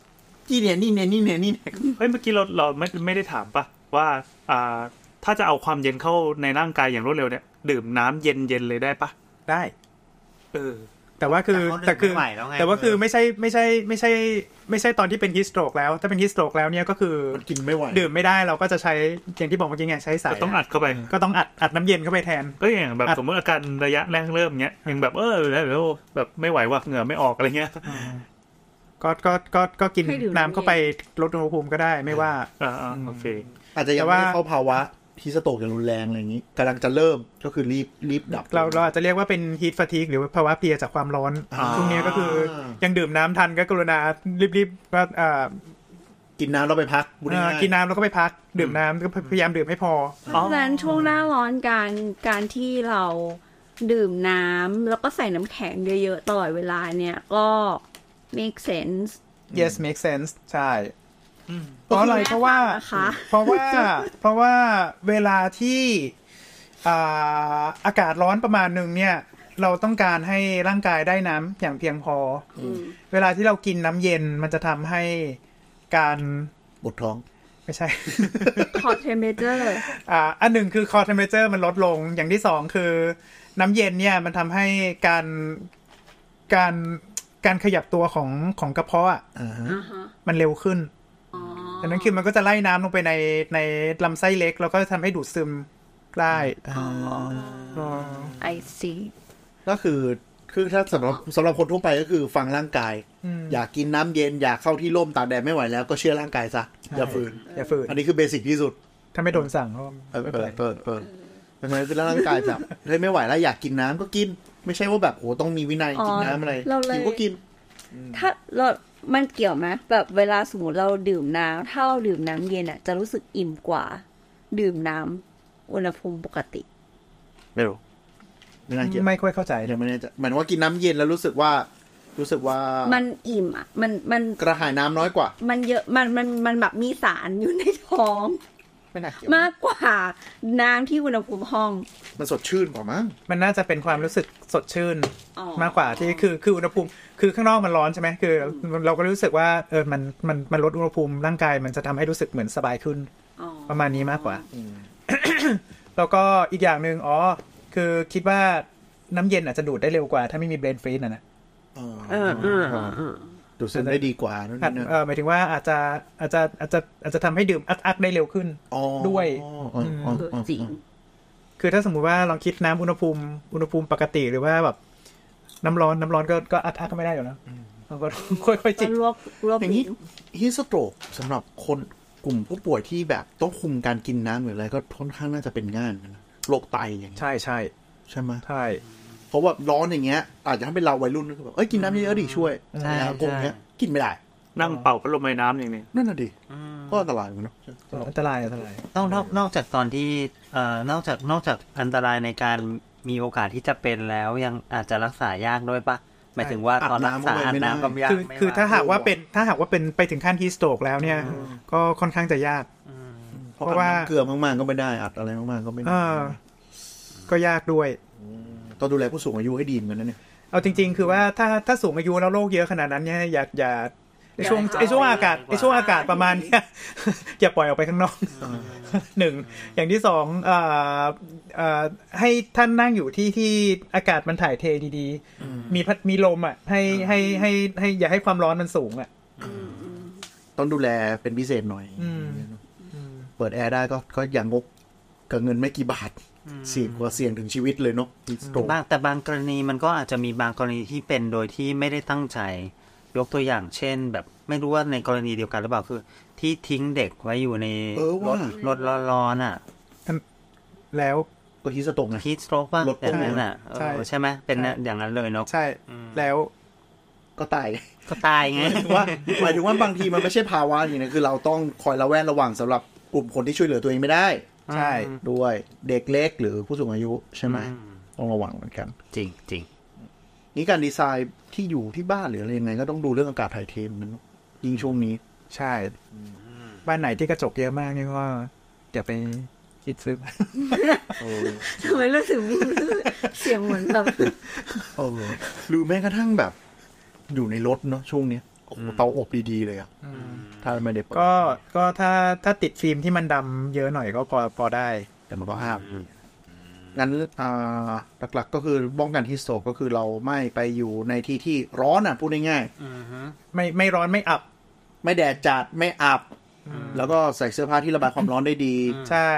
Speaker 6: นี่เนี่ยนี่เนี่ยนี่เนี่ยนี่เนี่ย
Speaker 7: เฮ้ยเมื่อกี้เราเราไม่ไม่ได้ถามปะว่าอ่าถ้าจะเอาความเย็นเข้าในร่างกายอย่างรวดเร็วเนี่ยดื่มน้ำเย็นเย็นๆเลยได้ปะ
Speaker 4: ได้
Speaker 7: เออ
Speaker 4: แต่ว่าคือ
Speaker 1: แต่
Speaker 4: แต่
Speaker 1: เขาเดิน
Speaker 4: คือ
Speaker 1: ไม่ไหวแล้วไง
Speaker 4: แต่ว่าคือไม่ใช่ไม่ใช่ไม่ใช่ไม่ใช่ตอนที่เป็นฮิสโตรกแล้ว ถ้าเป็นฮิสโตรกแล้วเนี่ยก็คือ
Speaker 6: มันกินไม่ไหว
Speaker 4: ดื่มไม่ได้เราก็จะใช้อย่างที่บอกเมื่อกี้ไงใช้สาย
Speaker 7: ต้องอัดเข้าไป
Speaker 4: ก็ต้องอัดอัดน้ำเย็นเข้าไปแทน
Speaker 7: ก็อย่างแบบ
Speaker 4: อัด
Speaker 7: สมมติอาการระยะแรกเริ่มเงี้ยยังแบบเออแล้วแล้วแบบไม่ไหวว่ะเหงื่อไม่ออกอะไรเงี้ย
Speaker 4: ก็ก็ก็ก็กิน
Speaker 5: ให้ดื่ม
Speaker 4: น้ำ
Speaker 5: น้ำเย็น
Speaker 4: เข้าไปลดอุณหภูมิก็ได้ไม่ว่า
Speaker 7: อ่าอ่าโอเค
Speaker 6: อาจจะยัง
Speaker 4: แต่
Speaker 6: ไม่
Speaker 4: ว่า
Speaker 6: ได้เข้าภาวะ ฮีสโตกอย่างรุนแรงอะไรอย่างนี้กำลังจะเริ่มก็คือรีบรีบดับ
Speaker 4: เราเราอาจจะเรียกว่าเป็นฮีทฟาทีกหรือว่าภาวะเพลียจากความร้อน
Speaker 6: อ่า
Speaker 4: ช่วงเนี้ยก็คือยังดื่มน้ำทันก็กรุณารีบๆก็เอ่อ
Speaker 6: กินน้ำเราไปพักพูด
Speaker 4: เอ่อ
Speaker 6: ง่ายๆ
Speaker 4: กินน้ำแล้วก็ไปพัก ดื่มน้ำก็พยายามดื่มให้พอ
Speaker 5: เพราะฉะนั้นช่วงหน้าร้อนการการที่เราดื่มน้ำแล้วก็ใส่น้ำแข็งเยอะๆตลอดเวลาเนี่ยก็ make sense
Speaker 4: yes make sense ใช่
Speaker 7: อืม
Speaker 4: เพราะอะไรเพราะว่า
Speaker 5: นะคะ
Speaker 4: เพรา ะว่า เพราะว่าเวลาที่อ่าอากาศร้อนประมาณหนึ่งเนี่ย เราต้องการให้ร่างกายได้น้ำอย่างเพียงพออเวลาที่เรากินน้ำเย็นมันจะทำให้การ
Speaker 6: ปวดท้อง
Speaker 4: ไม่ใช่
Speaker 5: c o t t e m p e r a t u r
Speaker 4: อ่าอันหนึ่งคือ core temperature มันลดลง อย่างที่สองคือน้ำเย็นเนี่ยมันทำให้การการการขยับตัวของของกระเพาะอะ
Speaker 6: อ่าฮะ
Speaker 5: อ่าฮะ
Speaker 4: มันเร็วขึ้น
Speaker 5: อ๋อ
Speaker 4: ดังนั้นคือมันก็จะไล่น้ำลงไปในในลำไส้เล็ก แล้วก็ทำให้ดูดซึมได้อ๋อ
Speaker 5: ไอซี
Speaker 6: ก็คือคือถ้าสำหรับสำหรับคนทั่วไปก็คือฟังร่างกาย
Speaker 4: อืม
Speaker 6: อยากกินน้ำเย็นอยากเข้าที่ร่มตากแดดไม่ไหวแล้วก็เชื่อร่างกายซะอย่าฝืน
Speaker 4: อย่าฝืน
Speaker 6: อันนี้คือเบสิกที่สุด
Speaker 4: ถ้าไม่โดนสั่งก็
Speaker 6: เออเปิดเปิดเปิดดังนั้นคือร่างกายแบบเฮ้ยไม่ไหวแล้วอยากกินน้ำก็กิน ไม่ใช่ว่าแบบโอ้ต้องมีวินัยกินน้ำอะไรหิวก็กิน
Speaker 5: ถ้าเรามันเกี่ยวไหมแบบเวลาสมมติเราดื่มน้ำถ้าเราดื่มน้ำเย็นอ่ะจะรู้สึกอิ่มกว่า ดื่มน้ำอุณหภูมิปกติ
Speaker 6: ไม่รู้ไม่น่าเกี่ยว
Speaker 4: ไม่ค่อยเข้าใจ
Speaker 6: เดี๋ยวไม่แน่ใจหมายถึงว่ากินน้ำเย็นแล้วรู้สึกว่า รู้สึกว่า
Speaker 5: มันอิ่มอ่ะมันมัน
Speaker 6: กระหายน้ำน้อยกว่า
Speaker 5: มันเยอะมันมันมันแบบมีสารอยู่ในท้อง
Speaker 6: ไม่น่าเกี่ยว
Speaker 5: มากกว่าน้ำที่อุณหภูมิห้อง
Speaker 6: มันสดชื่นกว่ามั้ง
Speaker 4: มันน่าจะเป็นความรู้สึกสดชื่น
Speaker 5: อ๋อ
Speaker 4: มากกว่าที่คือคืออุณหภูมิคือข้างนอกมันร้อนใช่ไหมคือเราก็รู้สึกว่าเออมันมันมันลดอุณหภูมิร่างกายมันจะทำให้รู้สึกเหมือนสบายขึ้น
Speaker 5: อ๋อ
Speaker 4: ประมาณนี้มากกว่า แล้วก็อีกอย่างหนึ่งอ๋อ คือคิดว่าน้ำเย็นอาจจะดูดได้เร็วกว่า ถ้าไม่มีเบรนฟรีดนะนะ
Speaker 5: เออเออเออ
Speaker 6: ดูดซึมได้ดีกว่านู่น
Speaker 4: อาจ
Speaker 6: นี่นั่น
Speaker 4: เออหมายถึงว่าอาจจะอาจจะอาจจะอาจจะทำให้ดื่มอัดอัดได้เร็วขึ้น
Speaker 6: อ๋อ
Speaker 4: ด้วย
Speaker 6: อ๋ออ๋ออ๋อ
Speaker 5: เออ
Speaker 6: อ๋อ
Speaker 5: จริง
Speaker 4: คือถ้าสมมุติว่าลองคิดน้ำอุณหภูมิอุณหภูมิปกติหรือว่าแบบน้ำร้อนน้ำร้อนก็ก็อัดอัดก็ไม่ได้อยู่นะเราก็ ค่อยๆจิ
Speaker 5: ก็
Speaker 4: บ
Speaker 5: ลวกลวก
Speaker 6: อย่างนี้
Speaker 5: ลิ้น
Speaker 6: ฮีสโตรกสำหรับคนกลุ่มผู้ป่วยที่แบบต้องคุมการกินน้ำหรืออะไรก็ค่อนข้างน่าจะเป็นง่ายนะโรคไตอย่างเงี้ย
Speaker 4: ใช่ใช่
Speaker 6: ใช่ไหมย
Speaker 4: ใช่
Speaker 6: เพราะว่าร้อนอย่างเงี้ย อาจจะถ้าเป็นเราวัยรุ่นก็คือแบบเอ้ยกินน้ำเยอะๆดิช่วย
Speaker 1: ใช่
Speaker 6: แต่กลุ่มเนี้ย
Speaker 1: ใช่
Speaker 6: กินไม่ได้
Speaker 7: นั่งเป่าพัดลมในน้ำอย่างนี้
Speaker 6: นั่นน่ะดิ
Speaker 1: อืม
Speaker 6: ก็อันตรายเหมือนกันเนอะ
Speaker 4: อันตรายอันตราย
Speaker 1: นอกนอกนอกจากตอนที่เอ่อนอกจากนอกจากอันตรายในการมีโอกาสที่จะเป็นแล้วยังอาจจะรักษายากด้วยปะหมายถึงว่าตอนรักษาอาบน้ำก็ยาก
Speaker 4: คือ
Speaker 1: ไม่
Speaker 4: คือถ้า
Speaker 1: ไหว
Speaker 4: หากว่าเป็นถ้าหากว่าเป็นไปถึงขั้นฮีสโตกแล้วเนี่ย ก็ค่อนข้างจะยาก
Speaker 6: เพราะ
Speaker 4: เพราะว่า
Speaker 6: ว่าเกลือมากๆก็ไม่ได้อัดอะไรมากๆก็ไม่
Speaker 4: เอ
Speaker 6: ได้
Speaker 4: อก็ยากด้วย
Speaker 6: ต้องดูแลผู้สูงอายุให้ดีเหมือนกันนะเนี่ย
Speaker 4: เอาจริง ๆ คือว่าถ้าถ้าสูงอายุแล้วโรคเยอะขนาดนั้นเนี่ยอย่าอย่าในช่วงไอช่วงอากาศไอช่วงอากาศประมาณเนี้ย อย่าปล่อยออกไปข้างนอกหนึ่งอย่างที่สองเอ่อเอ่อให้ท่านนั่งอยู่ที่ที่อากาศมันถ่ายเทดีๆ มีพัดมีลมอ่ะให้ให้ให้ให้อย่าให้ความร้อนมันสูงอ่ะ
Speaker 6: ต้องดูแลเป็นพิเศษหน่อย
Speaker 4: อืม
Speaker 6: เปิดแอร์ได้ก็ก็อย่างงกกับเงินไม่กี่บาท เสี่ยงกว่าเสี่ยงถึงชีวิตเลยเนาะที่สโตรก
Speaker 1: บางแต่บางกรณีมันก็อาจจะมีบางกรณีที่เป็นโดยที่ไม่ได้ตั้งใจ ยกตัวอย่างเช่น แบบไม่รู้ว่าในกรณีเดียวกันหรือเปล่าคือ ที่ทิ้งเด็กไว้อยู่ใน
Speaker 6: เออ
Speaker 1: ร
Speaker 6: ว่า
Speaker 1: ถรถร้อนๆอ่ะ
Speaker 4: แล้ว
Speaker 6: ก็ฮิสโตรกไง
Speaker 1: ฮีทสโตรกบ้าง
Speaker 6: รถ
Speaker 1: แบบนั้นอ่ะ
Speaker 4: ใช่
Speaker 1: เออใช่ไหมเป็น
Speaker 4: ใช่
Speaker 1: อย่างนั้นเลยเนาะ
Speaker 4: ใช่แล้ว
Speaker 6: ก็ตายไง
Speaker 1: ก็ตายไง
Speaker 6: หมายถึงว่าหมายถึงว่าบางทีมันไม่ใช่ภาวะอย่างนี้นะคือเราต้องคอยระแวดระวังสำหรับกลุ่มคนที่ช่วยเหลือตัวเองไม่ได้
Speaker 4: ใช่
Speaker 6: ด้วยเด็กเล็กหรือผู้สูงอายุใช่ไหมต้องระวังเหมือนกัน
Speaker 1: จริงจริง
Speaker 6: นี่การดีไซน์ที่อยู่ที่บ้านหรืออะไรยังไงก็ต้องดูเรื่องอากาศถ่ายเทเหมอนกันเนอะยิ่งช่วงนี้
Speaker 4: ใช่ บ้านไหนที่กระจกเยอะมากนี่ก็อย่าไปคิด ซื้อ
Speaker 5: ทำไมรู้สึกมี รู้สึกเสียงเหมือนแบบ
Speaker 6: เออหรือแม้กระทั่งแบบ อยู่ในรถเนาะช่วงเนี้ยโอ้โหเตาอบดีๆเลยอะถ้าไม่ได้เปิด
Speaker 4: ก็ก็ถ้าถ้าติดฟิล์มที่มันดำเยอะหน่อยก็พอพอได้
Speaker 6: แต่มันก็ห้ามงั้นอ่าหลักๆก็คือป้องกันที่โศกก็คือเราไม่ไปอยู่ในที่ที่ร้อนอ่ะพูดง่าย
Speaker 4: ไม่ไม่ร้อนไม่อับ
Speaker 6: ๆไม่แดดจัดไม่อับ แล้วก็ใส่เสื้อผ้าที่ระบายความร้อนได้ดี
Speaker 4: ใช่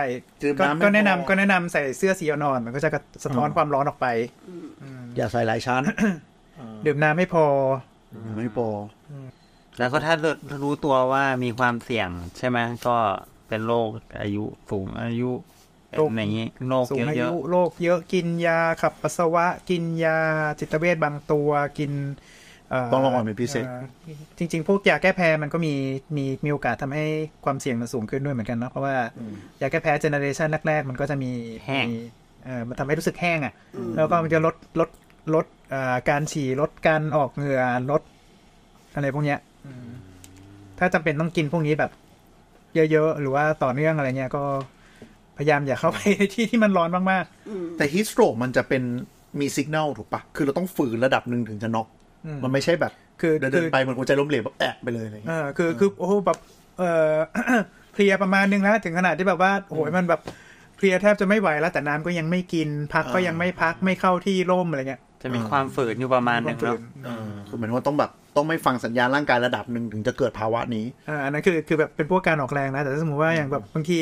Speaker 6: ดื่ม
Speaker 4: ก็
Speaker 6: น้ำให้
Speaker 4: ก็แนะนำ
Speaker 6: พอ
Speaker 4: ก็แนะนำใส่เสื้อสีอ่อนๆมันก็จะกระสะท้อนความร้อนออกไป
Speaker 6: อย่าใส่หลายชั้น
Speaker 4: ดื่มน้ำไม่พอ
Speaker 6: ไม่พอ
Speaker 1: แล้วก็ถ้ารู้ตัวว่ามีความเสี่ยงใช่ไหมก็เป็นโรคอายุสูงอายุ
Speaker 3: เป็
Speaker 4: โรค
Speaker 3: นอย่างนี้โรค
Speaker 4: สูงอา
Speaker 3: เยอะ
Speaker 4: ยุโรคเยอะกินยาขับปัสสาวะ กินยาจิตเวชบางตัวกินเ
Speaker 6: ต้องระวังเป็นพิเศษ
Speaker 4: อ่อจริง ๆ พวกยาแก้แพ้มันก็มีมีมีโอกาสทำให้ความเสี่ยงมันสูงขึ้นด้วยเหมือนกันเนาะเพราะว่ายาแก้แพ้เจเนอเรชันแรกๆ มันก็จะมี
Speaker 3: แห้ง
Speaker 4: มีเออมันทำให้รู้สึกแห้งอะ่ะ แล้วก็มันจะลดลดลดเอ่อการฉี่ลดการออกเหงื่อลดอะไรพวกเนี้ยอืมถ้าจำเป็นต้องกินพวกนี้แบบ เยอะๆ หรือว่าต่อเนื่องอะไรเงี้ยก็พยายามอย่าเข้าไปในที่ที่มันร้อนมาก
Speaker 6: แต่ฮิสโตรมันจะเป็นมีสัญญาณถูกปะคือเราต้องฝืนระดับหนึ่งถึงจะน็อก
Speaker 4: ๆอืม
Speaker 6: มันไม่ใช่แบบ
Speaker 4: คือ
Speaker 6: เดิน
Speaker 4: คื
Speaker 6: เดิน
Speaker 4: อ
Speaker 6: ไปเหมือนหัวใจล้มเหลวแบบแอะไปเลยอะไรอย่าง
Speaker 4: เออ
Speaker 6: เงี้ย
Speaker 4: คือคือโอ้โหแบบเออ เพลียประมาณนึงแล้วถึงขนาดที่แบบว่าโอ้ยมันแบบเพลียแทบจะไม่ไหวแล้วแต่น้ำก็ยังไม่กิน พักก็ยังไม่พักไม่เข้าที่ร่มอะไรเงี้ย
Speaker 3: จะมีความฝืนอยู่ประมาณหนึงเนาะ
Speaker 6: เออคือเหมือนว่าต้องแบบต้องไม่ฟังสัญญาณร่างกายระดับหนึ่งถึงจะเกิดภาวะนี้
Speaker 4: เอออันนั้นคือคือแบบเป็นพวกการออกแรงนะ แต่ถ้าสมมติว่าอย่างแบบบางที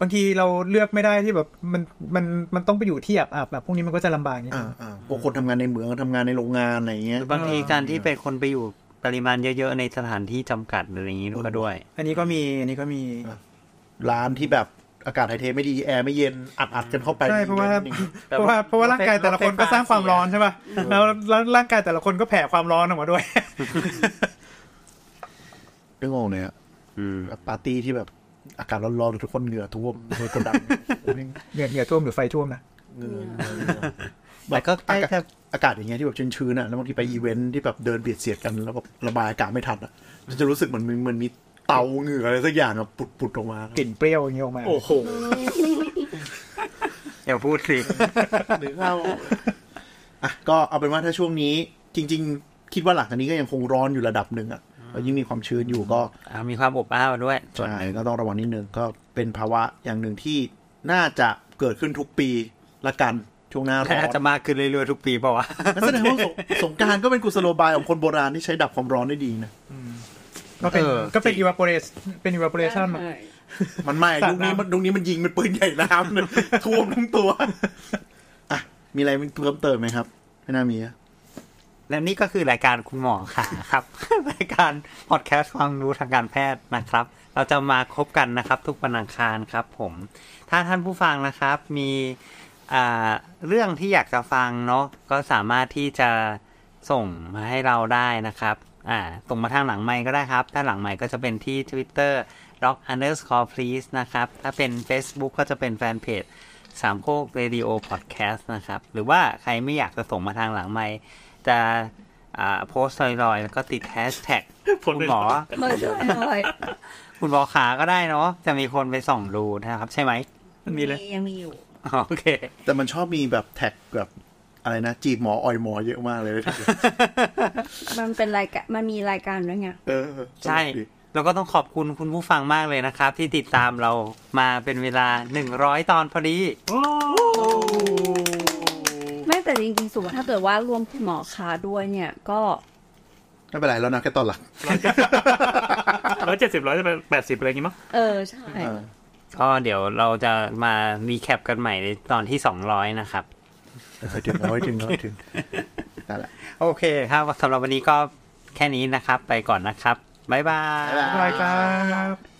Speaker 4: บางทีเราเลือกไม่ได้ที่แบบมันมันมันต้องไปอยู่ที่อับอับแบบพวกนี้มันก็จะลำบากอย่างเงี้ย
Speaker 6: อ่าอ่าพวกคนทำงานในเหมืองทำงานในโรงงานอะไรอย่างเงี้
Speaker 3: ห
Speaker 6: ย
Speaker 3: รือบางทีการที่เป็นคนไปอยู่ปริมาณเยอะๆในสถานที่จำกัดอะไรอย่างนี้ก็ด้วย
Speaker 4: อันนี้ก็มีอันนี้ก็มี
Speaker 6: ร้านที่แบบอากาศถ่ายเทไม่ดีแอร์ไม่เย็นอัดอัดกันเข้าไป
Speaker 4: ใช่เพราะว่า
Speaker 6: อีกนิดนึง
Speaker 4: เพราะว่าเพราะว่าร่างกายแต่ละคนก็สร้างความร้อนใช่ป่ะแล้วแล้วร่างกายแต่ละคนก็แผ่ความร้อนออกมาด้วย
Speaker 6: นึกออกเลยอะ
Speaker 3: อืม
Speaker 6: แบบปาร์ตี้ที่แบบอากาศร้อนๆทุกคนเหงื่อท่วมโดนกด ดัน
Speaker 4: เหงื่อเหงื่อท่วมหรือไฟท่วมนะ
Speaker 6: เหงื่อ
Speaker 3: แต่ก็ใกล้จะ
Speaker 6: อากาศอย่างเงี้ยที่แบบชื้นๆอะแล้วบางทีไปอีเวนท์ที่แบบเดินเบียดเสียดกันแล้วแบบระบายอากาศไม่ทันอะจะรู้สึกเหมือนมีเหมันมีเตาเหงื่ออะไรสักอย่างอะปุดปุดๆออกมาก
Speaker 4: ลิ่นเปรี้ยวอย่างเงี้ยออกมา
Speaker 7: โอ้โห
Speaker 3: เดี๋ยวพูดสิ
Speaker 6: หรือเรา อ่ะก็เอาเป็นว่าถ้าช่วงนี้ จริง ๆ คิดว่าหลังจากนี้ก็ยังคงร้อนอยู่ระดับหนึ่งอะแล้วยิ่งมีความชื้นอยู่ก็
Speaker 3: อ่ามีความอบอ้าวด้วยส่วน
Speaker 6: ใช่ก็ต้องระวังนิดนึงก็เป็นภาวะอย่างหนึ่งที่น่าจะเกิดขึ้นทุกปีละกันช่วงหน้าร้อ
Speaker 3: น่าน จะมากขึ้นเรื่อยๆทุกปีเปล่าวะ
Speaker 6: นั่นแสดงว่าสงสงกรารก็เป็นกุศโลบายของคนโบราณที่ใช้ดับความร้อนได้ดีนะ
Speaker 4: ก็เป็น
Speaker 3: เออ
Speaker 4: ก็เป็น evaporation เป็น evaporation
Speaker 5: ใช่
Speaker 6: มันไม่
Speaker 4: สาด
Speaker 6: ยุคนี้
Speaker 4: น้ำ
Speaker 6: มันยุคนี้มันยิงเป็นปืนใหญ่น้ำเลยท่วมทั้งตัวอ่ะมีอะไรเพิ่มเติมไหมครับไม่น่ามีอะ
Speaker 3: และนี่ก็คือรายการคุณหมอขาครับ รายการพอดแคสต์ความรู้ทางการแพทย์นะครับ เราจะมาคบกันนะครับ ทุกวันอังคารครับผม ถ้าท่านผู้ฟังนะครับมีอ่าเรื่องที่อยากจะฟังเนาะก็สามารถที่จะส่งมาให้เราได้นะครับอ่าส่งมาทางหลังไมค์ก็ได้ครับถ้าหลังไมค์ก็จะเป็นที่ Twitter d o c underscore please นะครับ ถ้าเป็น Facebook ก็จะเป็นแฟนเพจสามโคกเรดิโอพอดแคสต์นะครับ หรือว่าใครไม่อยากจะส่งมาทางหลังไมค์จะอ่าโพสต์ลอยๆ แล้วก็ติดแฮชแท็ก
Speaker 7: คน
Speaker 3: คุณ
Speaker 7: เป็น
Speaker 3: หมอ
Speaker 5: มาช่วยหน่อย
Speaker 3: คุณหมอขาก็ได้เนาะจะมีคนไปส่องดูนะครับ ใช่ไหม
Speaker 7: มันมีเลย
Speaker 5: ยังมีอยู่
Speaker 3: อ๋อโอเค
Speaker 6: แต่มันชอบมีแบบแท็กแบบอะไรนะจีบหมออ่อยหมอเยอะมากเลยนะ
Speaker 5: มันเป็นรายการมันมีรายการด้วยไง
Speaker 6: เออเออ
Speaker 3: ใช่ แล้วก็ต้องขอบคุณคุณผู้ฟังมากเลยนะครับ ที่ติดตามเรามาเป็นเวลา 100 ตอนพอดี
Speaker 5: ไม่แต่จริงๆสมมติถ้าเกิดว่ารวมคุณหมอค้าด้วยเนี่ย ก็
Speaker 6: ไม่เป็นไรแล้วนะแค่ตอนหลัง
Speaker 7: ร้อยเจ็ดสิบร้อยแปดสิบอะไรอย่างงี้มั้ง
Speaker 5: เออใช่
Speaker 3: ก็เดี๋ยวเราจะมารีแคปกันใหม่ในตอนที่ 200 นะครับ
Speaker 6: เออถึงแล้วถึงแล้วถึงนั่นแหละ
Speaker 3: โอเคครับสำหรับวันนี้ก็แค่นี้นะครับ ไปก่อนนะครับ บ๊ายบาย
Speaker 4: อะไรครับ